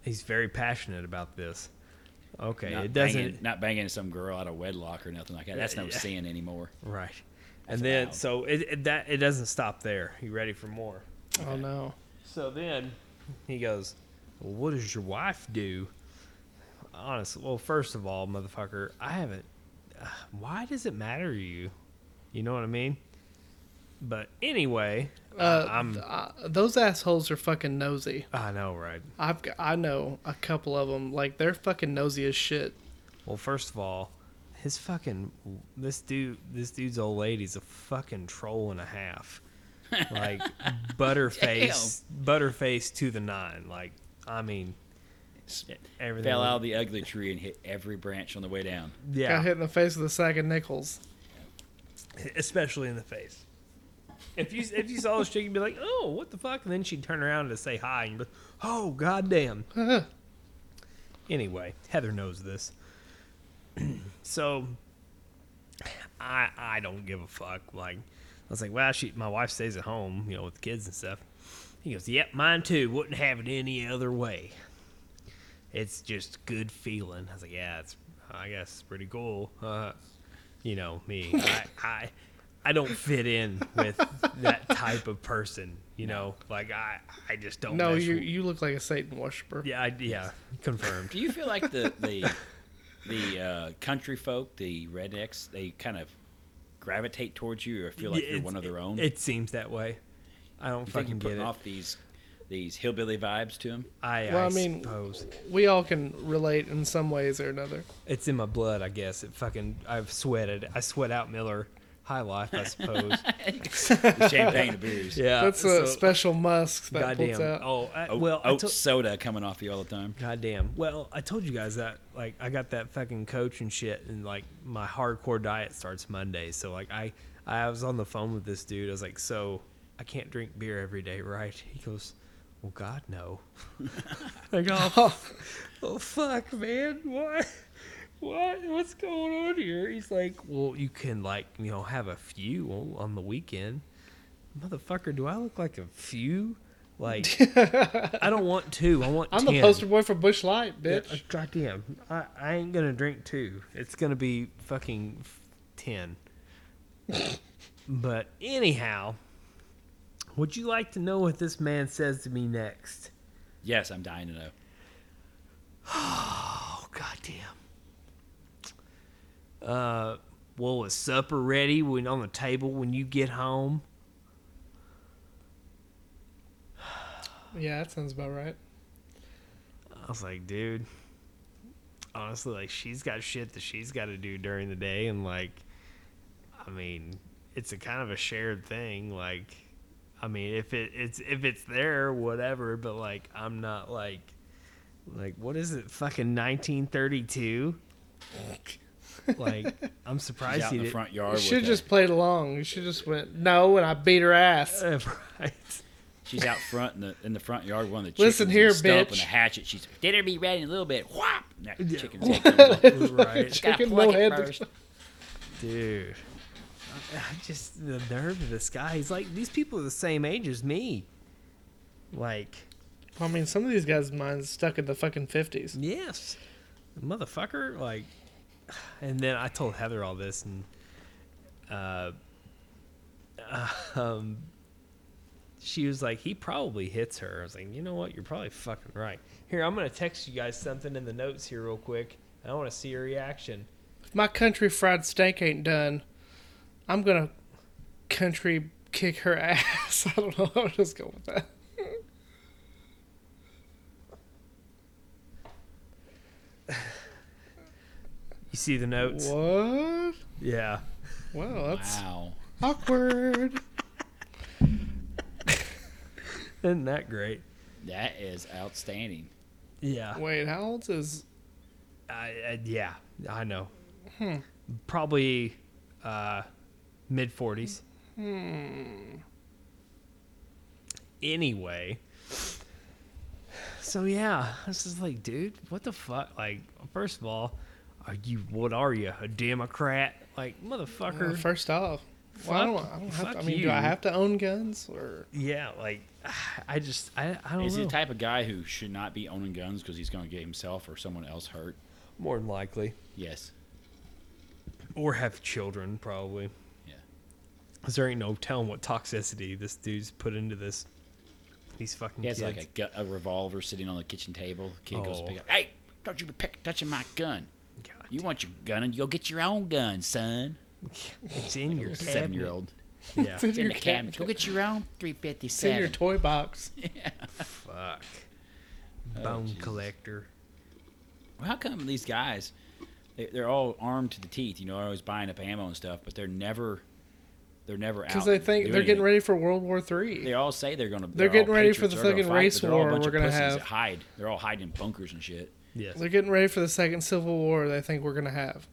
S1: He's very passionate about this. Okay,
S2: Not
S1: it doesn't.
S2: banging, not banging some girl out of wedlock or nothing like that. That's no
S1: Yeah.
S2: sin anymore.
S1: Right. and
S2: That's
S1: then
S2: wild.
S1: so it, it that it doesn't stop there. You ready for more?
S3: Oh no.
S1: So then he goes, well, "What does your wife do?" Honestly, well, first of all, motherfucker, I haven't. Uh, why does it matter to you? You know what I mean? But anyway,
S3: Uh,
S1: I'm.
S3: uh, those assholes are fucking nosy.
S1: I know, right?
S3: I've g- I know a couple of them. Like they're fucking nosy as shit.
S1: Well, first of all, his fucking this dude, this dude's old lady's a fucking troll and a half. Like butterface, butterface to the nine. Like I mean,
S2: It's-
S1: everything.
S2: Fell out of the ugly tree and hit every branch on the way down.
S3: Got
S1: yeah,
S3: hit in the face with a sack of nickels.
S1: especially in the face. If you if you saw this chick, you'd be like, "Oh, what the fuck?" And then she'd turn around to say hi, and you'd be like, "Oh, goddamn." Anyway, Heather knows this. so I I don't give a fuck. Like I was like, well, she my wife stays at home, you know, with the kids and stuff. He goes, Yep, mine too. Wouldn't have it any other way. It's just good feeling. I was like, Yeah, it's I guess it's pretty cool. Uh, you know, me. I, I I don't fit in with that type of person, you know. Like I I just don't
S3: no,
S1: mesh
S3: you
S1: w-
S3: you look like a Satan worshiper.
S1: Oh, yeah, I, yeah, confirmed.
S2: Do you feel like the the the uh, country folk, the rednecks, they kind of gravitate towards you, or feel like
S1: Yeah,
S2: you're
S1: it's-
S2: one of their own?
S1: It, seems that way. I don't
S2: you think
S1: fucking
S2: you're
S1: get
S2: putting
S1: it.
S2: off these these hillbilly vibes to them?
S1: I,
S3: Well,
S1: I,
S3: I mean-
S1: suppose
S3: We all can relate in some ways or another.
S1: it's in my blood. I guess it fucking. I've sweated. I sweat out Miller High Life. I suppose.
S2: The champagne and beers.
S1: yeah,
S3: That's a special musk that pulls
S1: Uh, goddamn.
S3: out.
S1: Oh, I,
S2: Oat,
S1: well, I
S2: oat
S1: to-
S2: soda coming off you all the time.
S1: goddamn. Well, I told you guys that. Like, I got that fucking coach and shit, and like my hardcore diet starts Monday. So like, I I was on the phone with this dude. I was like, so I can't drink beer every day, right? He goes, well, God no. like, oh, oh, fuck, man, what? What? What's going on here? He's like, well, you can like, you know, have a few on- on the weekend. Motherfucker, do I look like a few? Like, I don't want two. I want.
S3: I'm
S1: 10.
S3: the poster boy for Bush Light,
S1: Yeah,
S3: bitch.
S1: uh, Goddamn, I, I ain't gonna drink two. It's gonna be fucking f- ten. but anyhow, would you like to know what this man says to me next?
S2: Yes, I'm dying to know.
S1: Oh goddamn. Uh, well, is supper ready when on the table when you get home?
S3: Yeah, that sounds about right.
S1: I was like, dude, honestly, like she's got shit that she's got to do during the day, and like, I mean, it's a kind of a shared thing. Like, I mean, if it it's if it's there, whatever. But like, I'm not like, like what is it, fucking 1932? like, I'm
S2: He's
S1: surprised
S2: out
S1: he
S2: in the
S1: didn't.
S2: front yard.
S3: You
S2: With
S3: should
S2: a-
S3: just played along. You should just went no, and I beat her ass.
S1: right.
S2: She's out front in the in the front yard. One of the chickens
S3: Listen here,
S2: and stump
S3: bitch.
S2: and a hatchet. She's dinner be ready in a little bit. Whop! And That
S1: Yeah.
S2: chicken takes over.
S1: right,
S2: Gotta
S3: Chicken
S2: pluck
S3: no
S2: it
S3: head.
S2: first.
S1: dude. I- I just the nerve of this guy. He's like these people are the same age as me. Like,
S3: I mean, some of these guys' minds stuck in the fucking fifties.
S1: yes, motherfucker. Like, and then I told Heather all this, and uh, um, she was like, "He probably hits her." I was like, "You know what? You're probably fucking right." Here, I'm gonna text you guys something in the notes here real quick. I want to see your reaction.
S3: If my country fried steak ain't done, I'm gonna country kick her ass. I don't know. I'll just go with that.
S1: You see the notes?
S3: What?
S1: Yeah.
S3: Wow, that's
S2: Wow.
S3: awkward.
S1: Isn't that great?
S2: That is outstanding.
S1: Yeah.
S3: Wait, how old is?
S1: I, I, yeah, I know. Hmm. Probably uh, mid 40s. Hmm. Anyway. So yeah, this is like, dude, what the fuck? Like, first of all, are you? What are you? A Democrat? Like, motherfucker.
S3: Well, uh, first off, well, I don't.
S1: Fuck-
S3: I don't have
S1: fuck
S3: to, I mean, do
S1: you.
S3: I have to own guns or?
S1: yeah, like, I just, I, I don't
S2: Is he
S1: know.
S2: the type of guy who should not be owning guns because he's going to get himself or someone else hurt?
S1: More than likely,
S2: Yes.
S1: or have children probably.
S2: Yeah.
S1: 'Cause there ain't no telling what toxicity this dude's put into this. These fucking
S2: He has
S1: kids.
S2: like a, gu- a revolver sitting on the kitchen table. Kid goes
S1: Oh.
S2: to pick up. Hey, don't you be pick, touching my gun.
S1: God,
S2: You want your gun and you'll get your own gun, son.
S1: it's in your cabinet.
S2: Seven year old.
S1: Yeah.
S2: It's in
S3: your
S2: the cabinet. Go get your own
S3: It's in your
S2: 357.
S3: toy box.
S1: Fuck.
S2: Oh,
S1: Bone
S2: jeez.
S1: collector.
S2: How come these guys, they, they're all armed to the teeth? You know, they're always buying up ammo and stuff, but they're never, they're never out.
S3: Because they think
S2: doing
S3: they're getting
S2: anything.
S3: ready for World War Three.
S2: They all say they're gonna.
S3: They're
S2: all
S3: getting ready for
S2: patriots,
S3: the
S2: they're gonna
S3: fucking
S2: fight, but
S3: race
S2: they're all a
S3: war
S2: bunch
S3: we're
S2: of
S3: gonna
S2: pussies
S3: have.
S2: that hide. They're all hiding in bunkers and shit.
S1: Yes.
S3: They're getting ready for the second Civil War. They think we're gonna have.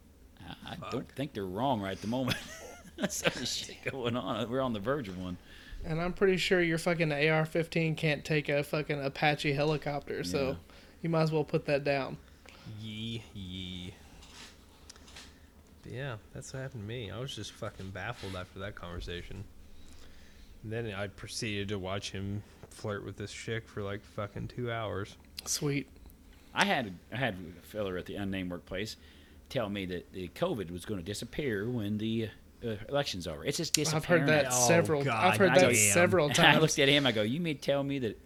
S2: I- I don't think they're wrong right at the moment. That's some shit going on. We're on the verge of one.
S3: And I'm pretty sure your fucking AR-15 can't take a fucking Apache helicopter.
S2: Yeah.
S3: So you might as well put that down.
S1: Yee yee. But yeah, that's what happened to me. I was just fucking baffled after that conversation. And then I proceeded to watch him flirt with this chick for like fucking two hours.
S3: Sweet.
S2: I had I had a fella at the unnamed workplace tell me that the COVID was going to disappear when the uh, election's over. It's just disappearing.
S3: I've heard that
S1: Oh,
S3: several.
S1: God
S3: I've heard that
S2: damn.
S3: several
S2: And I
S3: times.
S2: looked at him. I go, "You mean to tell me that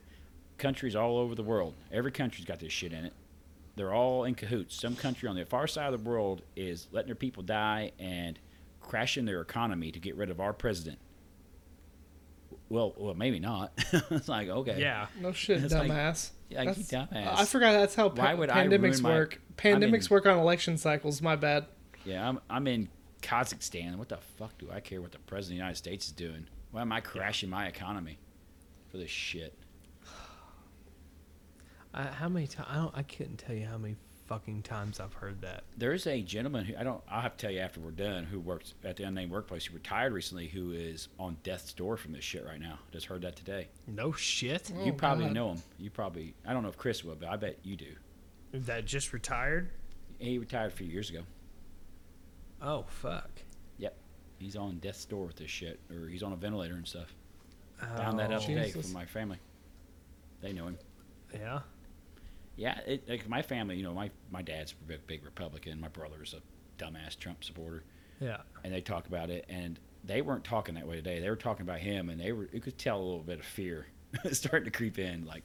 S2: countries all over the world, every country's got this shit in it. They're all in cahoots. Some country on the far side of the world is letting their people die and crashing their economy to get rid of our president." Well, well, maybe not. it's like okay,
S1: Yeah.
S3: No shit,
S2: It's like-
S3: dumbass.
S2: yeah, you
S3: That's-
S2: dumbass.
S3: I forgot that's how pa-
S2: Why would I
S3: pandemics
S2: ruin my-
S3: work.
S2: I'm in-
S3: Pandemics work on election cycles. My bad.
S2: Yeah, I'm I'm in Kazakhstan. What the fuck do I care what the president of the United States is doing? Why am I crashing my economy for this shit?
S1: I, how many times? I don't. I couldn't tell you how many fucking times I've heard that.
S2: There's a gentleman who I don't I'll have to tell you after we're done who works at the unnamed workplace who retired recently who is on death's door from this shit right now. Just heard that today.
S1: No shit.
S3: Oh,
S2: you probably
S3: God.
S2: know him. You probably I don't know if Chris would, but I bet you do.
S1: That just retired.
S2: He retired a few years ago.
S1: Oh fuck.
S2: He's on death's door with this shit, or he's on a ventilator and stuff. Found that out
S1: Oh,
S2: today
S3: Jesus.
S2: from my family. They know him.
S1: Yeah.
S2: Yeah, it, like my family, you know, my my dad's a big, big Republican. My brother's a dumbass Trump supporter,
S1: Yeah.
S2: and they talk about it. And they weren't talking that way today. They were talking about him, and they were you could tell a little bit of fear starting to creep in. Like,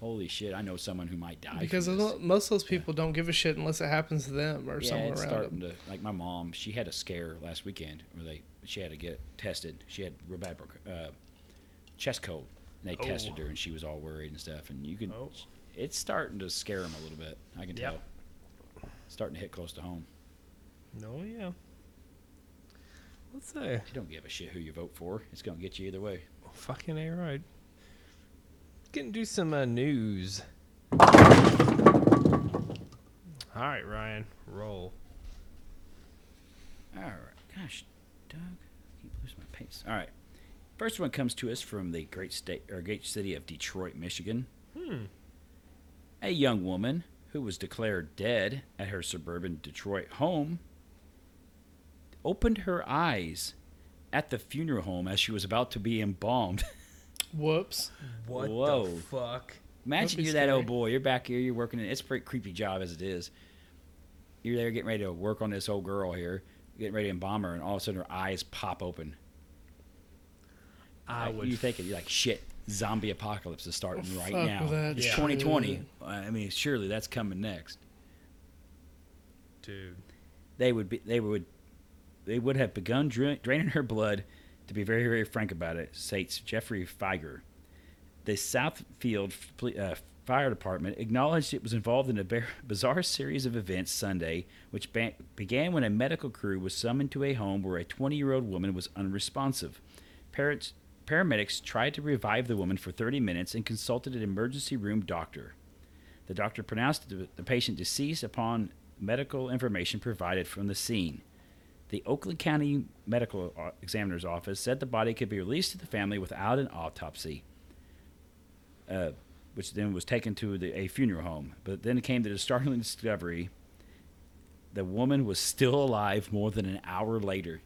S2: holy shit, I know someone who might die
S3: Because
S2: from this.
S3: mo- most of those people don't give a shit unless it happens to them or
S2: yeah,
S3: someone
S2: it's
S3: around
S2: starting
S3: them.
S2: to like my mom. She had a scare last weekend where they she had to get tested. She had real bad bronchi- uh, chest cold, and they
S1: Oh.
S2: tested her, and she was all worried and stuff. And you can,
S1: Oh.
S2: it's starting to scare them a little bit. I can
S1: Yep.
S2: tell. Starting to hit close to home.
S1: No. Yeah. Let's say.
S2: They don't give a shit who you vote for. It's gonna get you either way.
S1: Fucking a right. Getting do some uh, news. All right, Ryan, roll.
S2: All right, gosh, Doug, I keep losing my pace. All right, first one comes to us from the great state or great city of Detroit, Michigan. Hmm. A young woman who was declared dead at her suburban Detroit home opened her eyes at the funeral home as she was about to be embalmed.
S3: Whoops.
S1: What
S2: Whoa.
S1: the fuck?
S2: Imagine
S3: be
S2: you're that
S3: scary.
S2: old boy. You're back here. You're working. In, it's a pretty creepy job as it is. You're there getting ready to work on this old girl here, getting ready to embalm her, and all of a sudden her eyes pop open.
S1: I
S2: Like,
S1: would.
S2: You think you're like shit. Zombie apocalypse is starting right
S3: Fuck
S2: now.
S3: that
S2: It's
S1: Yeah.
S2: 2020. I mean, surely that's coming next.
S1: dude.
S2: They would be. They would. They would have begun dra- draining her blood to be very, very frank about it, states Jeffrey Feiger. The Southfield Fle- uh, Fire Department acknowledged it was involved in a bar- bizarre series of events Sunday, which ba- began when a medical crew was summoned to a home where a 20 year old woman was unresponsive. Parents, paramedics tried to revive the woman for 30 minutes and consulted an emergency room doctor. The doctor pronounced the, the patient deceased upon medical information provided from the scene. The Oakland County Medical O- Examiner's Office said the body could be released to the family without an autopsy, uh, which then was taken to the, a funeral home. But then came the startling discovery the woman was still alive more than an hour later.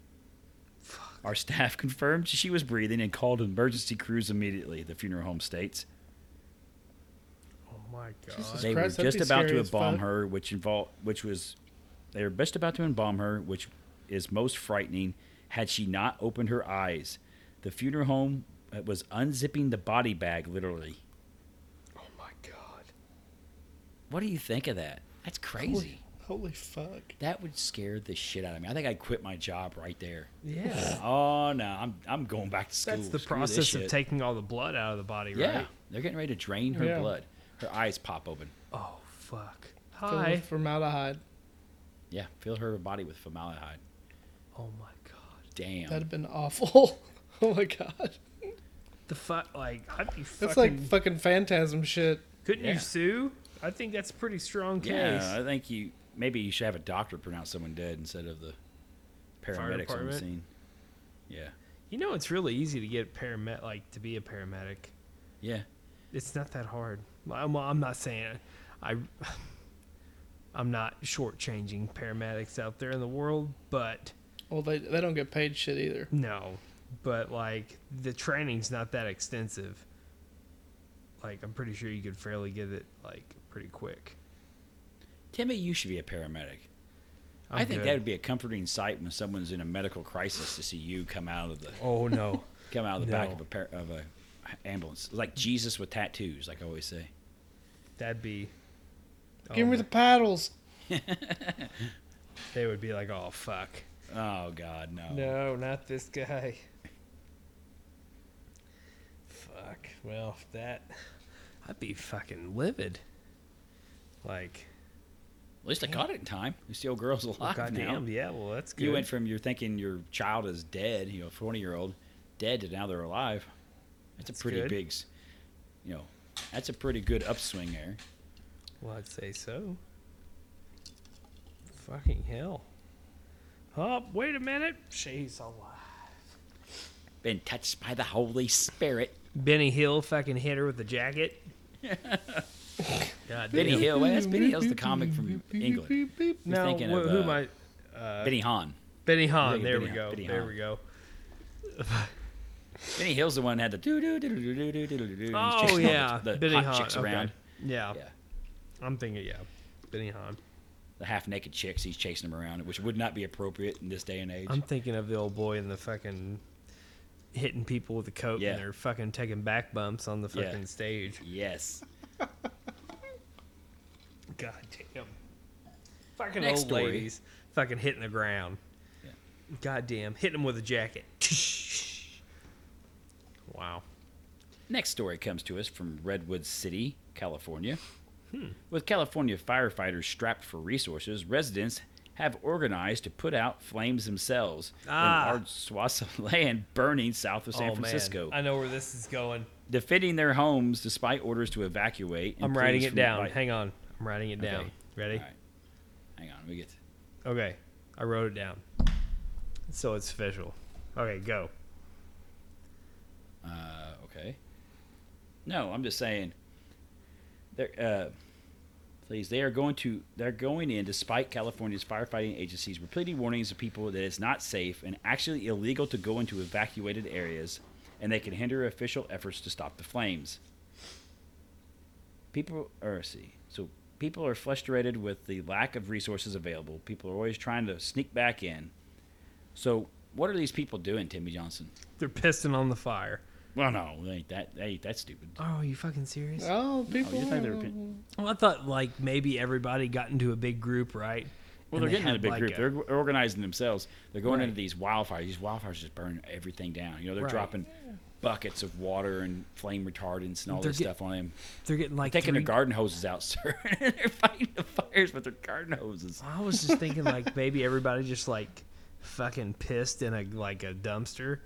S2: Our staff confirmed she was breathing and called emergency crews immediately, the funeral home states.
S1: Oh my god.
S3: Jesus.
S2: They
S3: Christ,
S2: were
S3: that'd
S2: just
S3: be
S2: about to
S3: scary as
S2: embalm
S3: fuck.
S2: her, which involved, which was, they were just about to embalm her, which is most frightening. Had she not opened her eyes, the funeral home uh, was unzipping the body bag literally.
S1: Oh my god.
S2: What do you think of that? That's crazy.
S3: Holy, holy fuck.
S2: That would scare the shit out of me. I think I'd quit my job right there.
S1: Yeah.
S2: Oh no, I'm I'm going back to school.
S1: That's the
S2: Screw this
S1: process of
S2: shit.
S1: taking all the blood out of the body,
S2: Yeah,
S1: right?
S2: they're getting ready to drain her
S3: Yeah.
S2: blood. Her eyes pop open.
S1: Oh fuck.
S3: Filled with
S1: Hi.
S3: formaldehyde.
S2: Yeah, fill her body with formaldehyde.
S1: Oh my god.
S2: Damn.
S3: That'd have been awful. oh my god.
S1: The fuck like I'd be fucking
S3: That's like fucking phantasm shit.
S1: couldn't
S2: yeah.
S1: you sue? I think that's a pretty strong case.
S2: Yeah, I think you maybe you should have a doctor pronounce someone dead instead of the paramedics on the
S1: department?
S2: scene. Yeah,
S1: You know it's really easy to get paramed like to be a paramedic.
S2: yeah.
S1: It's not that hard. I'm, I'm not saying I I'm not shortchanging paramedics out there in the world, but
S3: Well, they they don't get paid shit either.
S1: No, but like the training's not that extensive. Like I'm pretty sure you could fairly get it like pretty quick.
S2: Timmy, you should be a paramedic.
S1: I'm
S2: i think
S1: good.
S2: that would be a comforting sight when someone's in a medical crisis to see you come out of the
S1: Oh no.
S2: come out of the back
S1: No.
S2: of a par- of a ambulance, like Jesus with tattoos, like I always say.
S1: That'd be oh,
S3: Give me the paddles.
S1: They would be like, "Oh fuck.
S2: Oh God, no.
S1: No, not this guy." Fuck. Well, that I'd be fucking livid. Like,
S2: At least I caught it in time. At least the old girl's alive now.
S1: Oh, goddamn, yeah, well, that's good.
S2: You went from you're thinking your child is dead, you know, 20 year old, dead to now they're alive. That's,
S1: That's
S2: a pretty
S1: good.
S2: big, s- you know, that's a pretty good upswing there.
S1: Well, I'd say so. Fucking hell. Oh, wait a minute. She's alive.
S2: Been touched by the Holy Spirit.
S1: Benny Hill fucking hit her with the jacket. God
S2: Benny
S1: damn.
S2: Hill. Well, that's Benny Hill's the comic from England.
S3: Beep, beep.
S2: You're
S1: No,
S2: thinking
S1: wh-
S2: of,
S1: who
S2: uh,
S1: am I?
S2: Benny Hahn.
S1: Benny Hahn.
S2: Yeah,
S1: There
S2: Benny
S1: we
S2: Hahn,
S1: go.
S2: Benny
S1: there
S2: Hahn.
S1: we go.
S2: Benny Hill's the one that had the doo doo doo doo doo doo doo doo doo.
S1: Oh yeah,
S2: the
S1: Benny
S2: hot
S1: Hahn.
S2: chicks
S1: okay.
S2: around.
S1: Yeah,
S2: Yeah,
S1: I'm thinking. Yeah, Benny Hahn.
S2: the half naked chicks. He's chasing them around, which would not be appropriate in this day and age.
S1: I'm thinking of the old boy in the fucking hitting people with a coat
S2: Yeah.
S1: and they're fucking taking back bumps on the
S2: Yeah.
S1: fucking stage.
S2: Yes.
S1: God damn. Fucking
S2: Next
S1: old
S2: story.
S1: ladies fucking hitting the ground.
S2: Yeah.
S1: God damn. Hitting them with a jacket. wow.
S2: Next story comes to us from Redwood City, California.
S1: Hmm.
S2: With California firefighters strapped for resources, residents have organized to put out flames themselves
S1: Ah.
S2: in large swaths of land burning south of San
S1: Oh, man.
S2: Francisco,
S1: I know where this is going.
S2: defending their homes despite orders to evacuate. and
S1: I'm writing
S2: pleas
S1: it
S2: from-
S1: down.
S2: right.
S1: Hang on. I'm writing it
S2: Okay.
S1: down. Ready?
S2: All right. Hang on, we get.
S1: Okay. I wrote it down. So it's official. Okay, go.
S2: Uh, okay. No, I'm just saying. They're, uh, please, they are going to. They're going in despite California's firefighting agencies repeated warnings to people that it's not safe and actually illegal to go into evacuated areas, and they can hinder official efforts to stop the flames. People or let's see. So people are frustrated with the lack of resources available. People are always trying to sneak back in. So what are these people doing, Timmy Johnson?
S1: They're pissing on the fire.
S2: Well, no, they ain't that. They ain't that stupid.
S1: Oh, are you fucking serious?
S3: Oh,
S2: Oh,
S3: people. Mm-hmm.
S2: you think they're pin-
S1: Well, I thought like maybe everybody got into a big group, right? And
S2: Well,
S1: they
S2: they're getting in a
S1: had,
S2: big
S1: like,
S2: group.
S1: a-
S2: they're they're organizing themselves. They're going
S1: Right.
S2: into these wildfires. These wildfires just burn everything down. You know, they're
S1: Right.
S2: dropping buckets of water and flame retardants and all
S1: They're
S2: this
S1: get-
S2: stuff on them.
S1: They're getting like
S2: Taking
S1: three,
S2: their garden hoses out, sir. and they're fighting the fires with their garden hoses.
S1: I was just thinking like maybe everybody just like fucking pissed in a like a dumpster,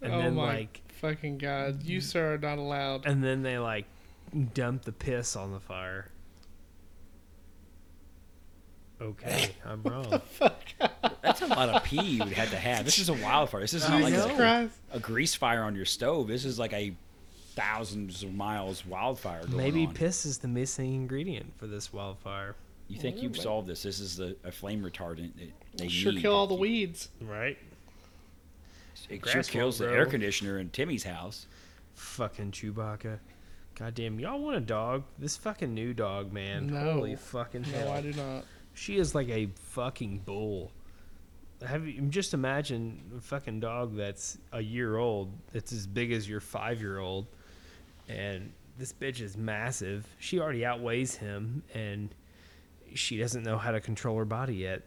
S1: and
S3: oh
S1: then
S3: my
S1: like
S3: fucking god! You sir are not allowed.
S1: and then they like dump the piss on the fire. Okay, I'm wrong.
S2: That's a lot of pee you would have to have. This is a wildfire. This is not like
S3: Jesus
S2: a,
S3: Christ!
S2: a grease fire on your stove. This is like a thousands of miles wildfire going
S1: Maybe
S2: on.
S1: piss is the missing ingredient for this wildfire,
S2: You think you've solved this? This is the, a flame retardant. That they
S3: Sure,
S2: need.
S3: kill all the weeds.
S1: right?
S2: It sure
S1: Grass
S2: kills the
S1: won't
S2: air
S1: grow.
S2: conditioner in Timmy's house.
S1: Fucking Chewbacca. Goddamn, y'all want a dog? This fucking new dog, man.
S3: No.
S1: Holy fucking hell.
S3: No, I do not.
S1: She is like a fucking bull. Have you just imagine a fucking dog that's a year old, that's as big as your five year old, and this bitch is massive. She already outweighs him, and she doesn't know how to control her body yet.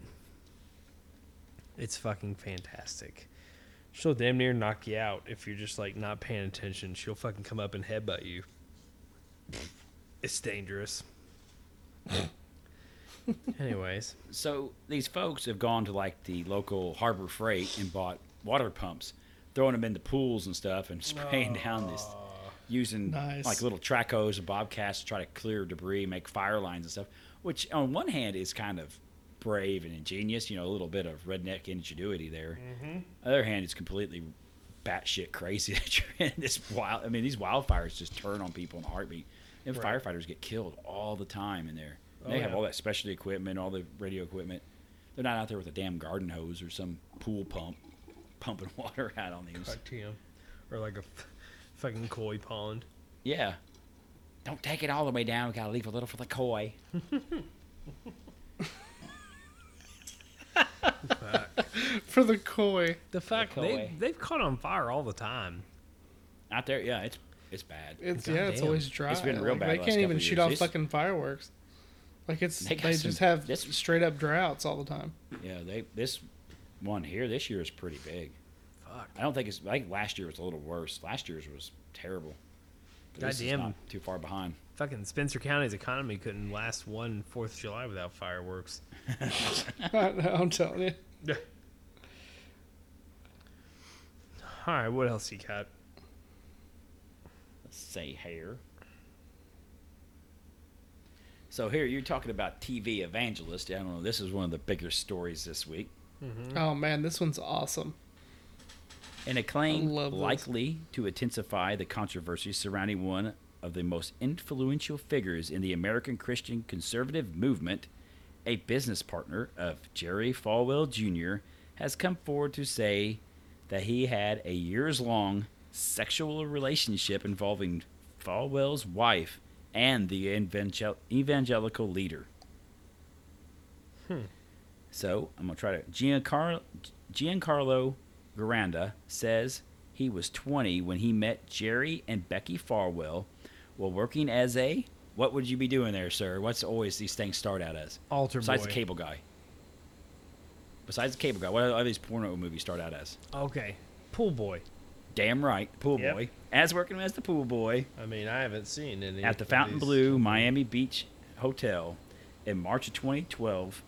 S1: It's fucking fantastic. She'll damn near knock you out if you're just like not paying attention. She'll fucking come up and headbutt you. It's dangerous. Anyways.
S2: So these folks have gone to like the local Harbor Freight and bought water pumps, throwing them in the pools and stuff, and spraying down this, using
S3: Nice.
S2: like little tracos and bobcats to try to clear debris, make fire lines and stuff. Which on one hand is kind of brave and ingenious, you know, a little bit of redneck ingenuity there. On the other hand, it's completely batshit crazy that you're in this wild. I mean, these wildfires just turn on people in a heartbeat, and
S1: Right.
S2: firefighters get killed all the time in there.
S1: Oh,
S2: they have
S1: yeah.
S2: all that specialty equipment, all the radio equipment. They're not out there with a damn garden hose or some pool pump pumping water out on these.
S1: Fuck to him. Or like a f- fucking koi pond.
S2: Yeah. Don't take it all the way down. We gotta leave a little for the koi.
S3: For the koi.
S1: The fact they,
S2: koi.
S1: they've caught on fire all the time.
S2: Out there, yeah, it's it's bad.
S3: It's
S1: God
S3: yeah, it's
S1: damn.
S3: always dry.
S2: It's been real
S3: Like,
S2: bad
S3: They
S2: the last
S3: can't even
S2: couple
S3: shoot
S2: years.
S3: off
S2: It's-
S3: fucking fireworks. Like it's
S2: They
S3: they,
S2: got
S3: just
S2: some-
S3: have
S2: this-
S3: straight up droughts all the time.
S2: Yeah, they this one here this year is pretty big.
S1: Fuck.
S2: I don't think it's I think last year was a little worse. Last year's was terrible. But this is
S1: Goddamn.
S2: not too far behind.
S1: Fucking Spencer County's economy couldn't last one Fourth of July without fireworks.
S3: I know, I'm telling you.
S1: all right, what else you got?
S2: Let's say hair. So here you're talking about TV evangelist. I don't know. This is one of the bigger stories this week.
S3: Oh man, this one's awesome.
S2: An acclaim
S3: I love this.
S2: likely to intensify the controversy surrounding one of the most influential figures in the American Christian conservative movement, a business partner of Jerry Falwell Jr., has come forward to say that he had a years long sexual relationship involving Falwell's wife and the evangel- evangelical leader. So I'm gonna try to Giancarlo Giancarlo Garanda says he was 20 when he met Jerry and Becky Farwell while working as a what would you be doing there, sir? What's always these things start out as?
S1: Altar
S2: Besides
S1: boy.
S2: the cable guy. Besides the cable guy, what do all these porno movies start out as?
S1: Okay, pool boy.
S2: Damn right, pool
S1: Yep.
S2: boy. As working as the pool boy,
S1: I mean, I haven't seen any
S2: at the
S1: of
S2: Fountain
S1: these.
S2: Blue Miami Beach Hotel in March of 2012.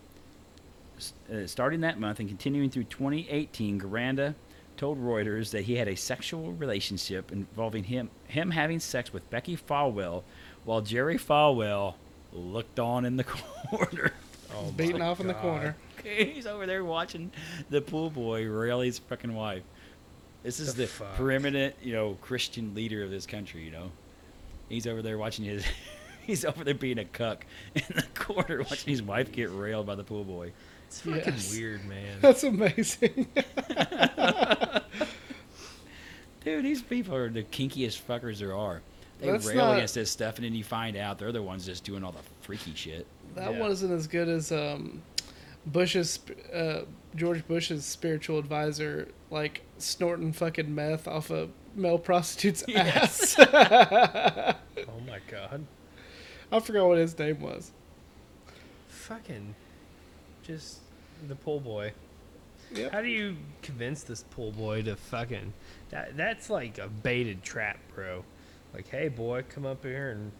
S2: S- uh, starting that month and continuing through 2018, Garanda told Reuters that he had a sexual relationship involving him him having sex with Becky Falwell, while Jerry Falwell looked on in the corner.
S1: Oh
S3: Beating
S1: my
S3: off in the
S1: God.
S3: corner.
S2: Okay, He's over there watching the pool boy rail his fucking wife. This is
S1: The
S2: the,
S1: fuck?
S2: preeminent, you know, Christian leader of this country. You know, he's over there watching his, he's over there being a cuck in the corner watching his wife get railed by the pool boy.
S1: It's fucking
S3: Yes.
S1: weird, man.
S3: That's amazing.
S2: Dude, these people are the kinkiest fuckers there are. They
S3: That's
S2: rail
S3: not-
S2: against this stuff, and then you find out they're the ones just doing all the freaky shit.
S3: that
S1: Yeah.
S3: wasn't as good as um, Bush's sp- uh, George Bush's spiritual advisor, like snorting fucking meth off a male prostitute's ass.
S1: oh my god.
S3: I forgot what his name was.
S1: Fucking, just the pool boy.
S4: Yep.
S1: How do you convince this pool boy to fucking that? That's like a baited trap, bro. Like, hey, boy, come up here and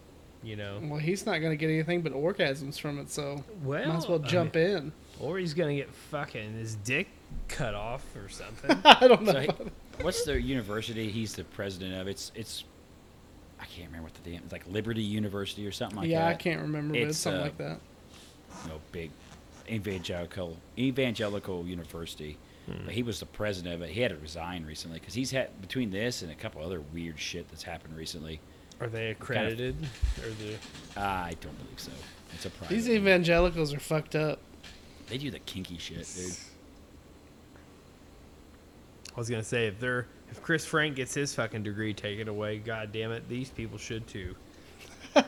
S1: you know.
S3: Well, he's not going to get anything but orgasms from it, so
S1: Well,
S3: might as well
S1: I
S3: jump
S1: mean,
S3: in.
S1: Or he's gonna get fucking his dick cut off or something.
S3: I don't know.
S2: So, he- what's the university he's the president of? It's it's I can't remember what the damn it's like Liberty University or something like
S3: yeah,
S2: that.
S3: I can't remember, but it's
S2: It's,
S3: something
S2: uh,
S3: like that.
S2: You know, big evangelical evangelical university. But he was the president of it. He had to resign recently because he's had between this and a couple other weird shit that's happened recently.
S1: Are they accredited? Or the
S2: I don't believe so. It's a private.
S3: These evangelicals are fucked up.
S2: they do the kinky shit, dude.
S1: I was gonna say if they're if Chris Frank gets his fucking degree taken away, god damn it, these people should too.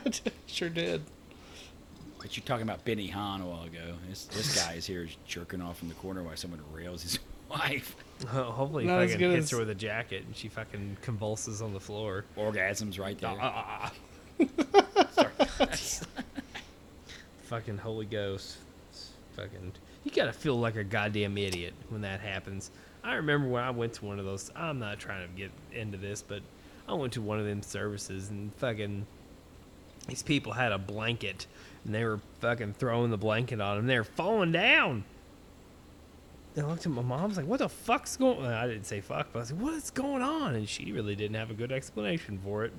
S3: sure did.
S2: But you're talking about Benny Hahn a while ago. This, this guy is here jerking off in the corner while someone rails his wife.
S1: Hopefully, he
S3: Not as
S1: fucking
S3: good
S1: hits
S3: as-
S1: her with a jacket and she fucking convulses on the floor.
S2: Orgasms right there.
S1: Ah. fucking Holy Ghost. It's fucking. You gotta feel like a goddamn idiot when that happens. I remember when I went to one of those. I'm not trying to get into this, but I went to one of them services and fucking. These people had a blanket and they were fucking throwing the blanket on them. They were falling down. And I looked at my mom. I was like, "What the fuck's going?" I didn't say fuck, but I was like, "What is going on?" And she really didn't have a good explanation for it.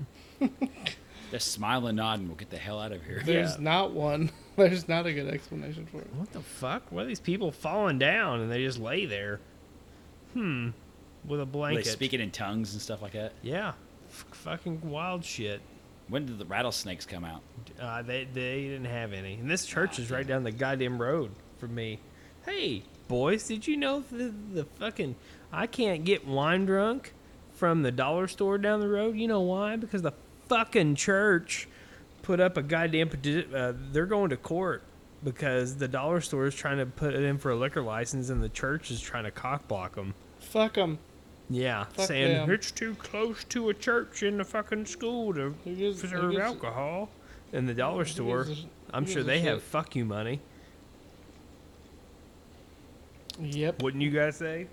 S2: Just smile and nod, and we'll get the hell out of here.
S3: There's
S1: Yeah.
S3: not one. There's not a good explanation for it.
S1: What the fuck? Why are these people falling down and they just lay there? Hmm. With a
S2: Were they
S1: blanket.
S2: speaking in tongues and stuff like that.
S1: Yeah. F- fucking wild shit.
S2: When did the rattlesnakes come out?
S1: Uh, they they didn't have any. And this church
S2: Ah,
S1: is right
S2: damn.
S1: down the goddamn road from me. Hey, boys, did you know the, the fucking I can't get wine drunk from the dollar store down the road? You know why? Because the fucking church put up a goddamn peti- uh, they're going to court because the dollar store is trying to put it in for a liquor license and the church is trying to cockblock them.
S3: Fuck them.
S1: Yeah,
S3: Fuck
S1: saying
S3: them.
S1: it's too close to a church in the fucking school to
S3: Who gives- who
S1: serve
S3: gives-
S1: alcohol. In the dollar
S3: gives
S1: store,
S3: a sh-
S1: I'm
S3: who
S1: sure
S3: gives a
S1: they have
S3: shit?
S1: fuck you money.
S3: Yep.
S1: Wouldn't you guys say?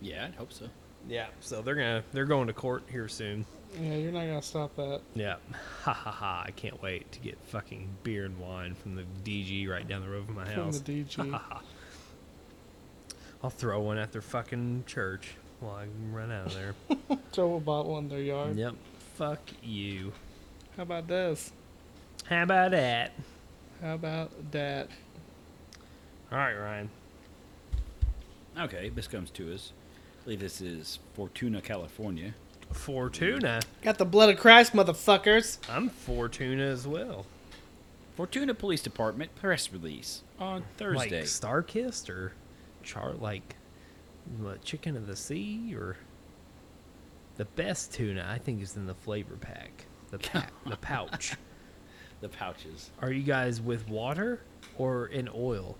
S2: Yeah, I'd hope so.
S1: Yeah. So they're gonna they're going to court here soon.
S3: Yeah, you're not gonna stop that.
S1: Yeah. Ha ha ha! I can't wait to get fucking beer and wine from the DG right down the road from my
S3: From the
S1: house.
S3: DG.
S1: I'll throw one at their fucking church while I run out of there.
S3: Throw a bottle in their yard.
S1: yep. Fuck you.
S3: How about this?
S1: How about that?
S3: How about that?
S1: All right, Ryan.
S2: Okay, this comes to us. I believe this is Fortuna, California.
S1: Fortuna.
S3: Got the blood of Christ, motherfuckers.
S1: I'm Fortuna as well.
S2: Fortuna Police Department press release on Thursday.
S1: Like star kissed or char like what, chicken of the sea or the best tuna I think is in the flavor pack. The pack, the pouch.
S2: the pouches.
S1: Are you guys with water or in oil?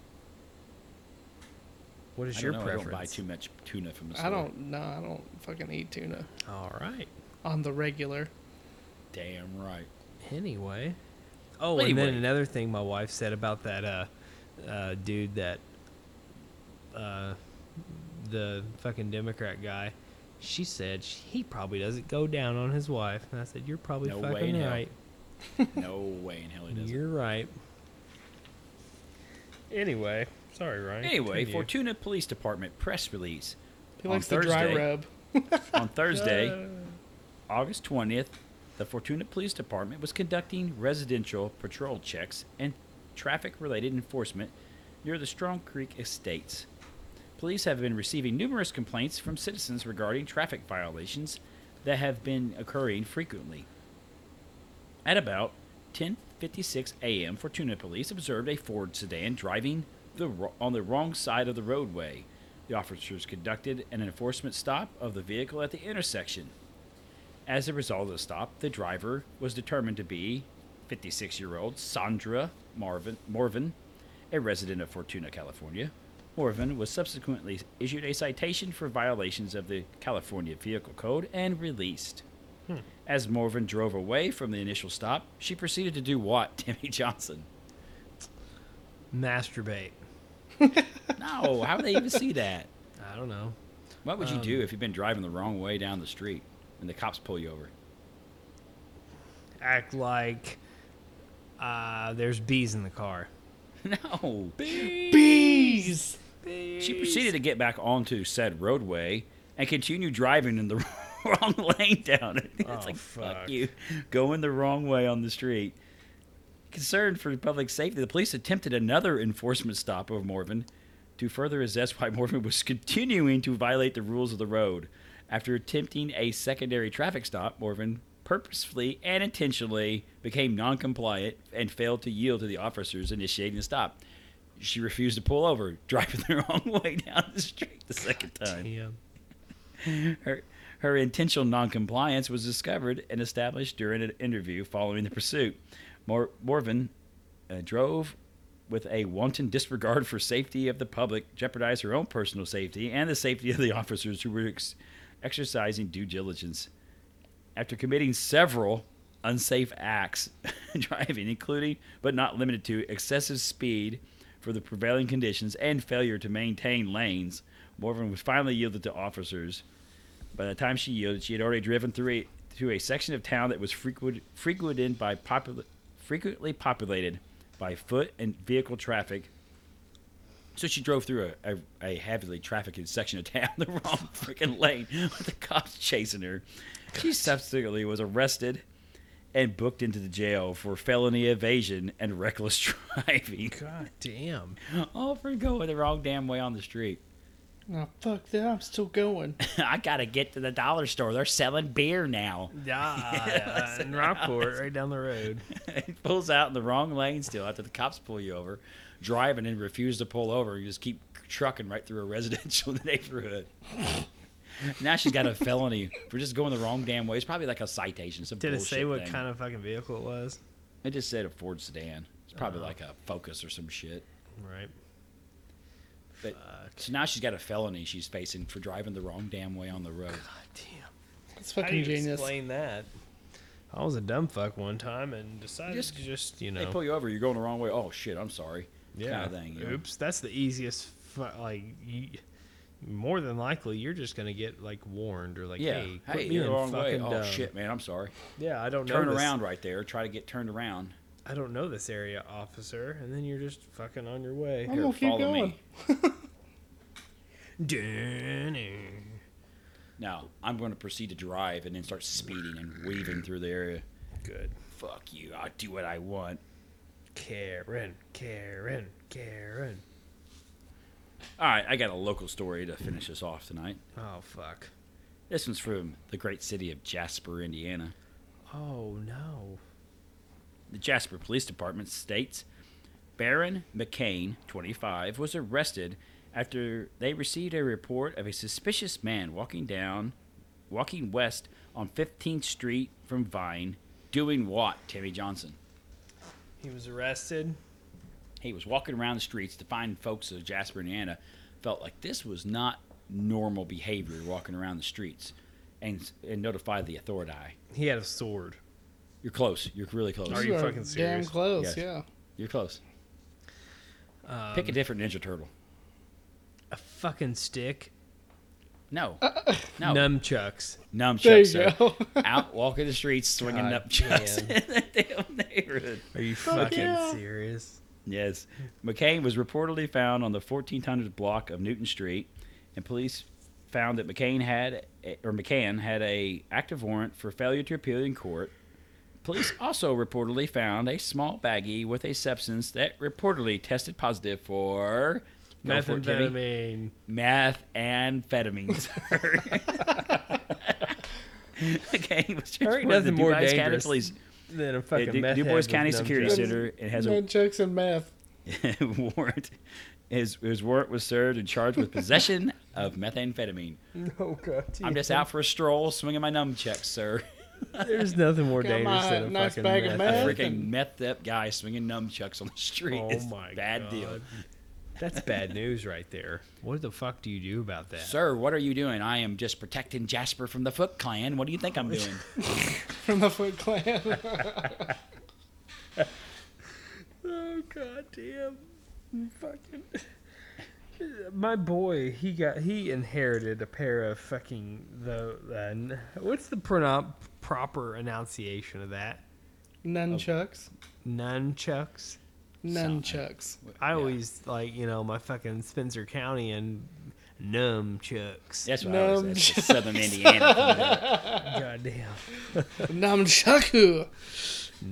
S1: What is
S2: I
S1: your
S2: don't know, I
S1: preference?
S2: don't buy too much tuna from the store.
S3: I don't. No, I don't fucking eat tuna
S1: All right.
S3: on the regular.
S2: Damn right.
S1: Anyway. Oh, and
S2: Anyway.
S1: then another thing my wife said about that uh, uh, dude that uh, the fucking Democrat guy. She said sh he probably doesn't go down on his wife, and I said you're probably
S2: No way in
S1: fucking
S2: hell
S1: right.
S2: No way in hell he doesn't.
S1: You're right. Anyway, sorry, Ryan.
S2: Anyway,
S1: Continue.
S2: Fortuna Police Department press release
S3: He
S2: On
S3: likes the dry
S2: Thursday.
S3: rub.
S2: on Thursday.
S1: Uh,
S2: August 20th, the Fortuna Police Department was conducting residential patrol checks and traffic related enforcement near the Strong Creek Estates. Police have been receiving numerous complaints from citizens regarding traffic violations that have been occurring frequently. At about 10:56 a.m., Fortuna police observed a Ford sedan driving the wr- on the wrong side of the roadway. The officers conducted an enforcement stop of the vehicle at the intersection. As a result of the stop, the driver was determined to be 56 year old Sandra Marvin, Morvin, a resident of Fortuna, California. Morvin was subsequently issued a citation for violations of the California Vehicle Code and released. As Morvin drove away from the initial stop, she proceeded to do what, Timmy Johnson?
S1: masturbate.
S2: no, how would they even see that?
S1: I don't know.
S2: What would you do if you've been driving the wrong way down the street and the cops pull you over?
S1: Act like uh, there's bees in the car.
S2: No.
S3: Bees.
S2: She proceeded to get back onto said roadway and continue driving in the wrong lane down it. It's
S1: Oh,
S2: like, fuck.
S1: fuck.
S2: you. Going the wrong way on the street. Concerned for public safety, the police attempted another enforcement stop over Morven to further assess why Morven was continuing to violate the rules of the road. After attempting a secondary traffic stop, Morven purposefully and intentionally became noncompliant and failed to yield to the officers initiating the stop. She refused to pull over, driving the wrong way down the street the second time.
S1: Damn.
S2: Her, her intentional noncompliance was discovered and established during an interview following the pursuit. Mor- Morvan uh, drove with a wanton disregard for safety of the public, jeopardized her own personal safety and the safety of the officers who were ex- exercising due diligence. After committing several unsafe acts driving, including but not limited to excessive speed for the prevailing conditions and failure to maintain lanes, Morvan was finally yielded to officers. By the time she yielded, she had already driven through a through a section of town that was frequent, frequented by popul- frequently populated by foot and vehicle traffic. So she drove through a, a, a heavily trafficked section of town, the wrong freaking lane, with the cops chasing her. She subsequently was arrested and booked into the jail for felony evasion and reckless driving,
S1: God damn.
S2: all for going the wrong damn way on the street.
S3: Oh fuck that! I'm still going.
S2: I gotta get to the dollar store. They're selling beer now.
S1: Yeah, in Rockport, right down the road.
S2: It pulls out in the wrong lane still after the cops pull you over, driving and refuse to pull over. You just keep trucking right through a residential neighborhood. now she's got a felony for just going the wrong damn way. It's probably like a citation. Some
S1: Did it
S2: bullshit
S1: say what
S2: thing.
S1: kind of fucking vehicle it was?
S2: It just said a Ford sedan. It's probably
S1: Oh.
S2: like a Focus or some shit.
S1: Right.
S2: But so now she's got a felony she's facing for driving the wrong damn way on the road.
S1: God damn.
S3: That's
S1: How do
S3: fucking
S1: you
S3: genius.
S1: explain that? I was a dumb fuck one time and decided
S2: Just-
S1: to just, you
S2: They
S1: know.
S2: pull you over. You're going the wrong way. Oh shit! I'm sorry. Kind of thing. you know?
S1: Oops, that's the easiest. Fu- like, you, more than likely, you're just gonna get like warned or like,
S2: Yeah.
S1: hey, quit
S2: Hey,
S1: being
S2: you're the wrong way.
S1: fucking
S2: Oh
S1: dumb.
S2: shit, man. I'm sorry.
S1: Yeah, I don't
S2: Turn
S1: know. this-
S2: around right there. Try to get turned around.
S1: I don't know this area, officer. And then you're just fucking on your way.
S3: I'm gonna keep
S2: follow
S3: going.
S2: me. Now I'm going to proceed to drive and then start speeding and weaving through the area.
S1: Good.
S2: Fuck you. I do what I want.
S1: Karen, Karen, Karen.
S2: All right, I got a local story to finish us off tonight.
S1: Oh fuck.
S2: This one's from the great city of Jasper, Indiana.
S1: Oh no.
S2: The Jasper Police Department states Baron McCain, 25, was arrested after they received a report of a suspicious man walking down, walking west on 15th Street from Vine, doing what, Timmy Johnson?
S1: He was arrested.
S2: He was walking around the streets to find folks of Jasper, Indiana, felt like this was not normal behavior walking around the streets and, and notified the authority.
S1: He had a sword.
S2: You're close. You're really close.
S1: Are you fucking serious?
S3: Damn close.
S2: Yes.
S3: Yeah.
S2: You're close. Pick a different Ninja Turtle.
S1: Um, A fucking stick.
S2: No. no.
S1: Nunchucks.
S3: Uh, There
S2: nunchucks
S3: you
S2: sir.
S3: go.
S2: out walking the streets swinging
S1: God
S2: nunchucks in the damn neighborhood.
S1: Are you fucking
S3: yeah.
S1: serious?
S2: Yes. McCain was reportedly found on the 1400 block of Newton Street, and police found that McCain had or McCann had a active warrant for failure to appeal in court. Police also reportedly found a small baggie with a substance that reportedly tested positive for Go for it, Timmy.
S1: Methamphetamine.
S2: methamphetamines. okay, what's your
S1: There ain't nothing more dangerous
S2: Police,
S1: Then a
S2: Du-
S1: fucking meth
S2: Du Bois
S1: head with
S2: County Security
S1: nunchucks.
S2: Center. It has a
S3: Nunchucks and math.
S2: warrant. His, his warrant was served and charged with possession of methamphetamine.
S1: No Oh, god.
S2: I'm just out for a stroll, swinging my nunchucks, sir.
S1: There's nothing more
S3: Got
S1: dangerous
S3: my
S1: than a
S3: nice
S1: fucking
S3: bag of
S2: A
S1: meth.
S3: meth.
S1: head.
S2: freaking methed up guy swinging nunchucks on the street.
S1: Oh
S2: It's
S1: my
S2: bad
S1: god.
S2: deal,
S1: That's bad news right there. What the fuck do you do about that?
S2: sir. What are you doing? I am just protecting Jasper from the Foot Clan. What do you think I'm doing?
S3: From the Foot Clan.
S1: Oh god damn. Fucking my boy, he got he inherited a pair of fucking the. Uh, n- what's the pronoun proper enunciation of that?
S3: Nunchucks.
S1: Nunchucks.
S3: Nunchucks.
S1: I
S2: Yeah.
S1: always like you know my fucking Spencer County and numchucks.
S2: That's what I
S3: Numb
S2: was. That's the Southern Indiana.
S1: Goddamn
S3: Nunchaku.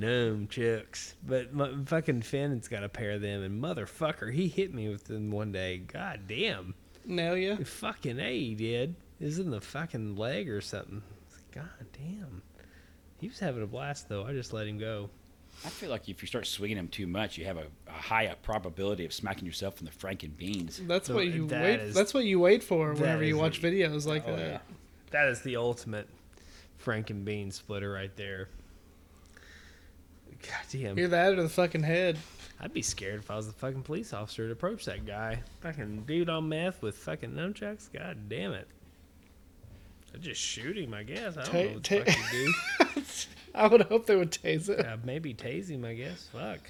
S1: numchucks. But my, fucking Finn's got a pair of them, and motherfucker, he hit me with them one day. Goddamn.
S3: Nail ya.
S1: Fucking A, he did. It was in the fucking leg or something. It's like, God damn. He was having a blast, though. I just let him go.
S2: I feel like if you start swinging them too much, you have a, a high probability of smacking yourself in the Franken beans.
S3: That's
S1: So
S3: what you
S1: that
S3: wait.
S1: is-
S3: that's what you wait for
S1: that
S3: whenever you
S1: is
S3: watch
S1: a-
S3: videos like uh,
S2: oh,
S3: that.
S2: yeah.
S1: That is the ultimate Frank and Bean splitter right there. God damn.
S3: Either that or the fucking head.
S1: I'd be scared if I was the fucking police officer to approach that guy. Fucking dude on meth with fucking nunchucks? God damn it. I'd just shoot him, I guess. I don't
S3: Ta-
S1: know what
S3: ta-
S1: the fuck you
S3: I would hope they would tase it.
S1: do. Uh, maybe tase him, I guess. Fuck.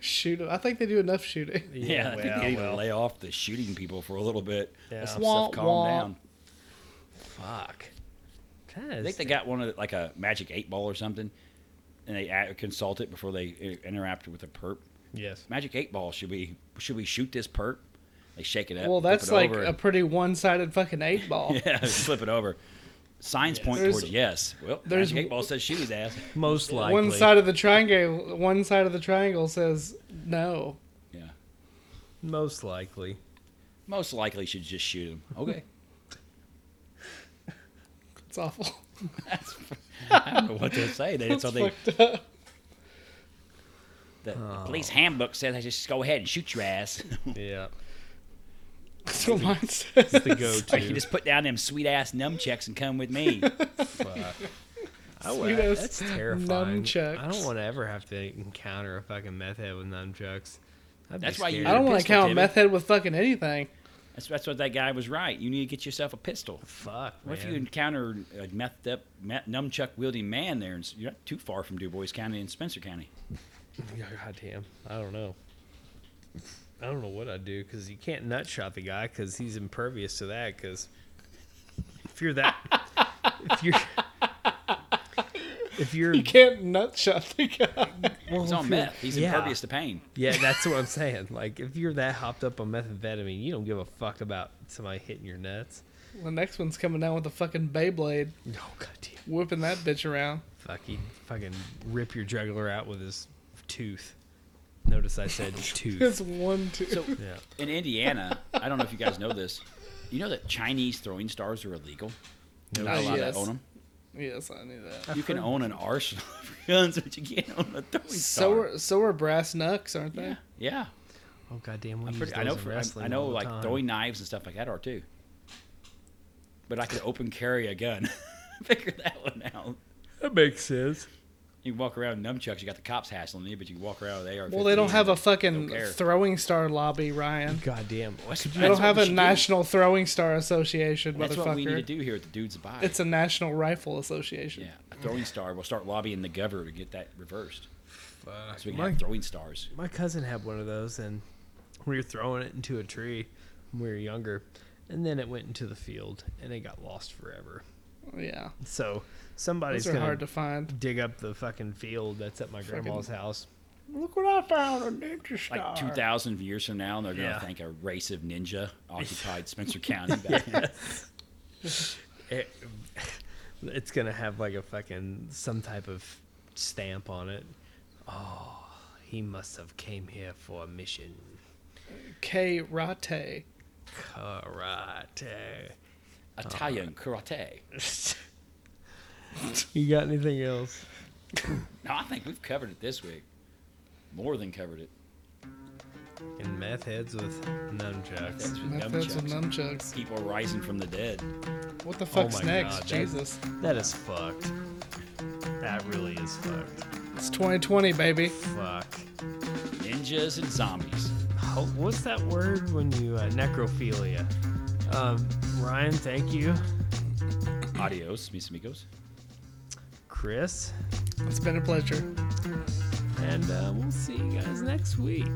S3: Shoot 'em. I think they do enough shooting.
S2: Yeah, I think they even lay off the shooting people for a little bit.
S1: Yeah.
S2: Let some
S3: Wah,
S2: stuff calm
S3: wah.
S2: down.
S1: Fuck.
S2: I
S1: That
S2: think
S1: is
S2: they got one of the, like a magic eight ball or something, and they a- consult it before they i- interact with a perp.
S1: yes.
S2: Magic eight ball should we should we shoot this perp? They shake it up.
S3: Well,
S2: flip
S3: that's
S2: it
S3: like
S2: over
S3: a pretty one-sided fucking eight ball.
S2: yeah, flip it over. Signs point
S3: There's-
S2: towards yes. Well,
S3: there's-
S2: magic eight ball says shoot his ass.
S1: Most likely.
S3: One side of the triangle, one side of the triangle says no.
S2: Yeah,
S1: Most likely.
S2: most likely should just shoot him. Okay,
S3: It's awful.
S2: that's I don't know what to say. That's all they.
S3: fucked up.
S2: The, the police handbook says I just go ahead and shoot your ass.
S1: Yeah.
S3: That's what mine says.
S1: The go
S2: Or you can
S1: to.
S2: just put down them sweet ass nunchucks and come with me.
S1: Oh,
S3: Sweet
S1: wow,
S3: ass
S1: that's terrifying. I
S3: nunchucks.
S1: don't want to ever have to encounter a fucking meth head with nunchucks. I'd be
S2: That's why you-
S1: scared.
S3: I don't want to
S2: Pistol,
S3: count
S2: Timmy.
S3: meth head with fucking anything.
S2: That's that's what that guy was right. You need to get yourself a pistol.
S1: Fuck,
S2: What if
S1: man.
S2: you encounter a methed up, me- nunchuck wielding man there? And you're not too far from Du Bois County and Spencer County.
S1: God damn. I don't know. I don't know what I'd do because you can't nut shot the guy because he's impervious to that. Because if you're that, if you're, if you're,
S3: You can't nut shot the guy.
S1: well,
S2: He's
S1: if you're-
S2: on meth. He's
S1: yeah.
S2: impervious to pain.
S1: Yeah, that's what I'm saying. Like, if you're that hopped up on methamphetamine, you don't give a fuck about somebody hitting your nuts.
S3: The next one's coming down with a fucking Beyblade,
S1: No, goddamn.
S3: whipping that bitch around.
S1: Fuck, he'd fucking rip your juggler out with his tooth. Notice I said tooth.
S3: It's one, two.
S2: So
S1: Yeah.
S2: in Indiana, I don't know if you guys know this. You know that Chinese throwing stars are illegal. You're not
S3: Nice.
S2: allowed
S3: Yes.
S2: to own them.
S3: yes, I knew that.
S2: You can own an arsenal of guns, but you can't own a throwing star.
S3: So are, so are brass knucks, aren't they?
S2: yeah, yeah.
S1: Oh goddamn, we
S2: I'm
S1: use
S2: pretty,
S1: those
S2: I know.
S1: in
S2: For, I,
S1: wrestling.
S2: I know,
S1: all the
S2: like
S1: time.
S2: throwing knives and stuff like that are too. But I could open carry a gun. Figure that one out.
S1: That makes sense.
S2: You walk around with nunchucks. You got the cops hassling you, but you walk around with AR.
S3: Well, they don't have a fucking
S2: Don't care.
S3: throwing star lobby, Ryan.
S1: Goddamn. Could you
S3: They
S2: That's
S3: don't
S2: what
S3: have
S2: we
S3: a
S2: should do.
S3: National Throwing Star Association,
S2: That's
S3: motherfucker.
S2: what we need to do here at the Dudes Abide.
S3: It's a National Rifle Association.
S2: yeah, a throwing star. We'll start lobbying the governor to get that reversed. So we can
S1: my,
S2: have throwing stars.
S1: my cousin had one of those, and we were throwing it into a tree when we were younger, and then it went into the field, and it got lost forever.
S3: Yeah.
S1: So somebody's
S3: Those are
S1: gonna
S3: hard to find.
S1: dig up the fucking field that's at my grandma's house.
S3: Look what I found a ninja star.
S2: Like two thousand years from now, and they're
S1: Yeah.
S2: gonna thank a race of ninja occupied Spencer County. Back
S1: It, it's gonna have like a fucking some type of stamp on it. Oh, he must have came here for a mission.
S3: Karate.
S1: Karate.
S2: Italian karate.
S1: you got anything else?
S2: No, I think we've covered it this week. More than covered it.
S1: And meth heads with nunchucks.
S2: That's with
S3: Methods of
S2: nunchucks. Oh
S3: nunchucks.
S2: People rising from the dead.
S3: What the
S1: my
S3: fuck's next?
S1: God, that-
S3: Jesus.
S1: That is fucked. That really is fucked.
S3: It's 2020, baby.
S1: Fuck.
S2: Ninjas and zombies.
S1: Ho- What's that word when you uh, necrophilia? Um, Ryan, thank you.
S2: Adios, mis amigos.
S1: Chris,
S3: It's been a pleasure.
S1: and uh, we'll see you guys next week.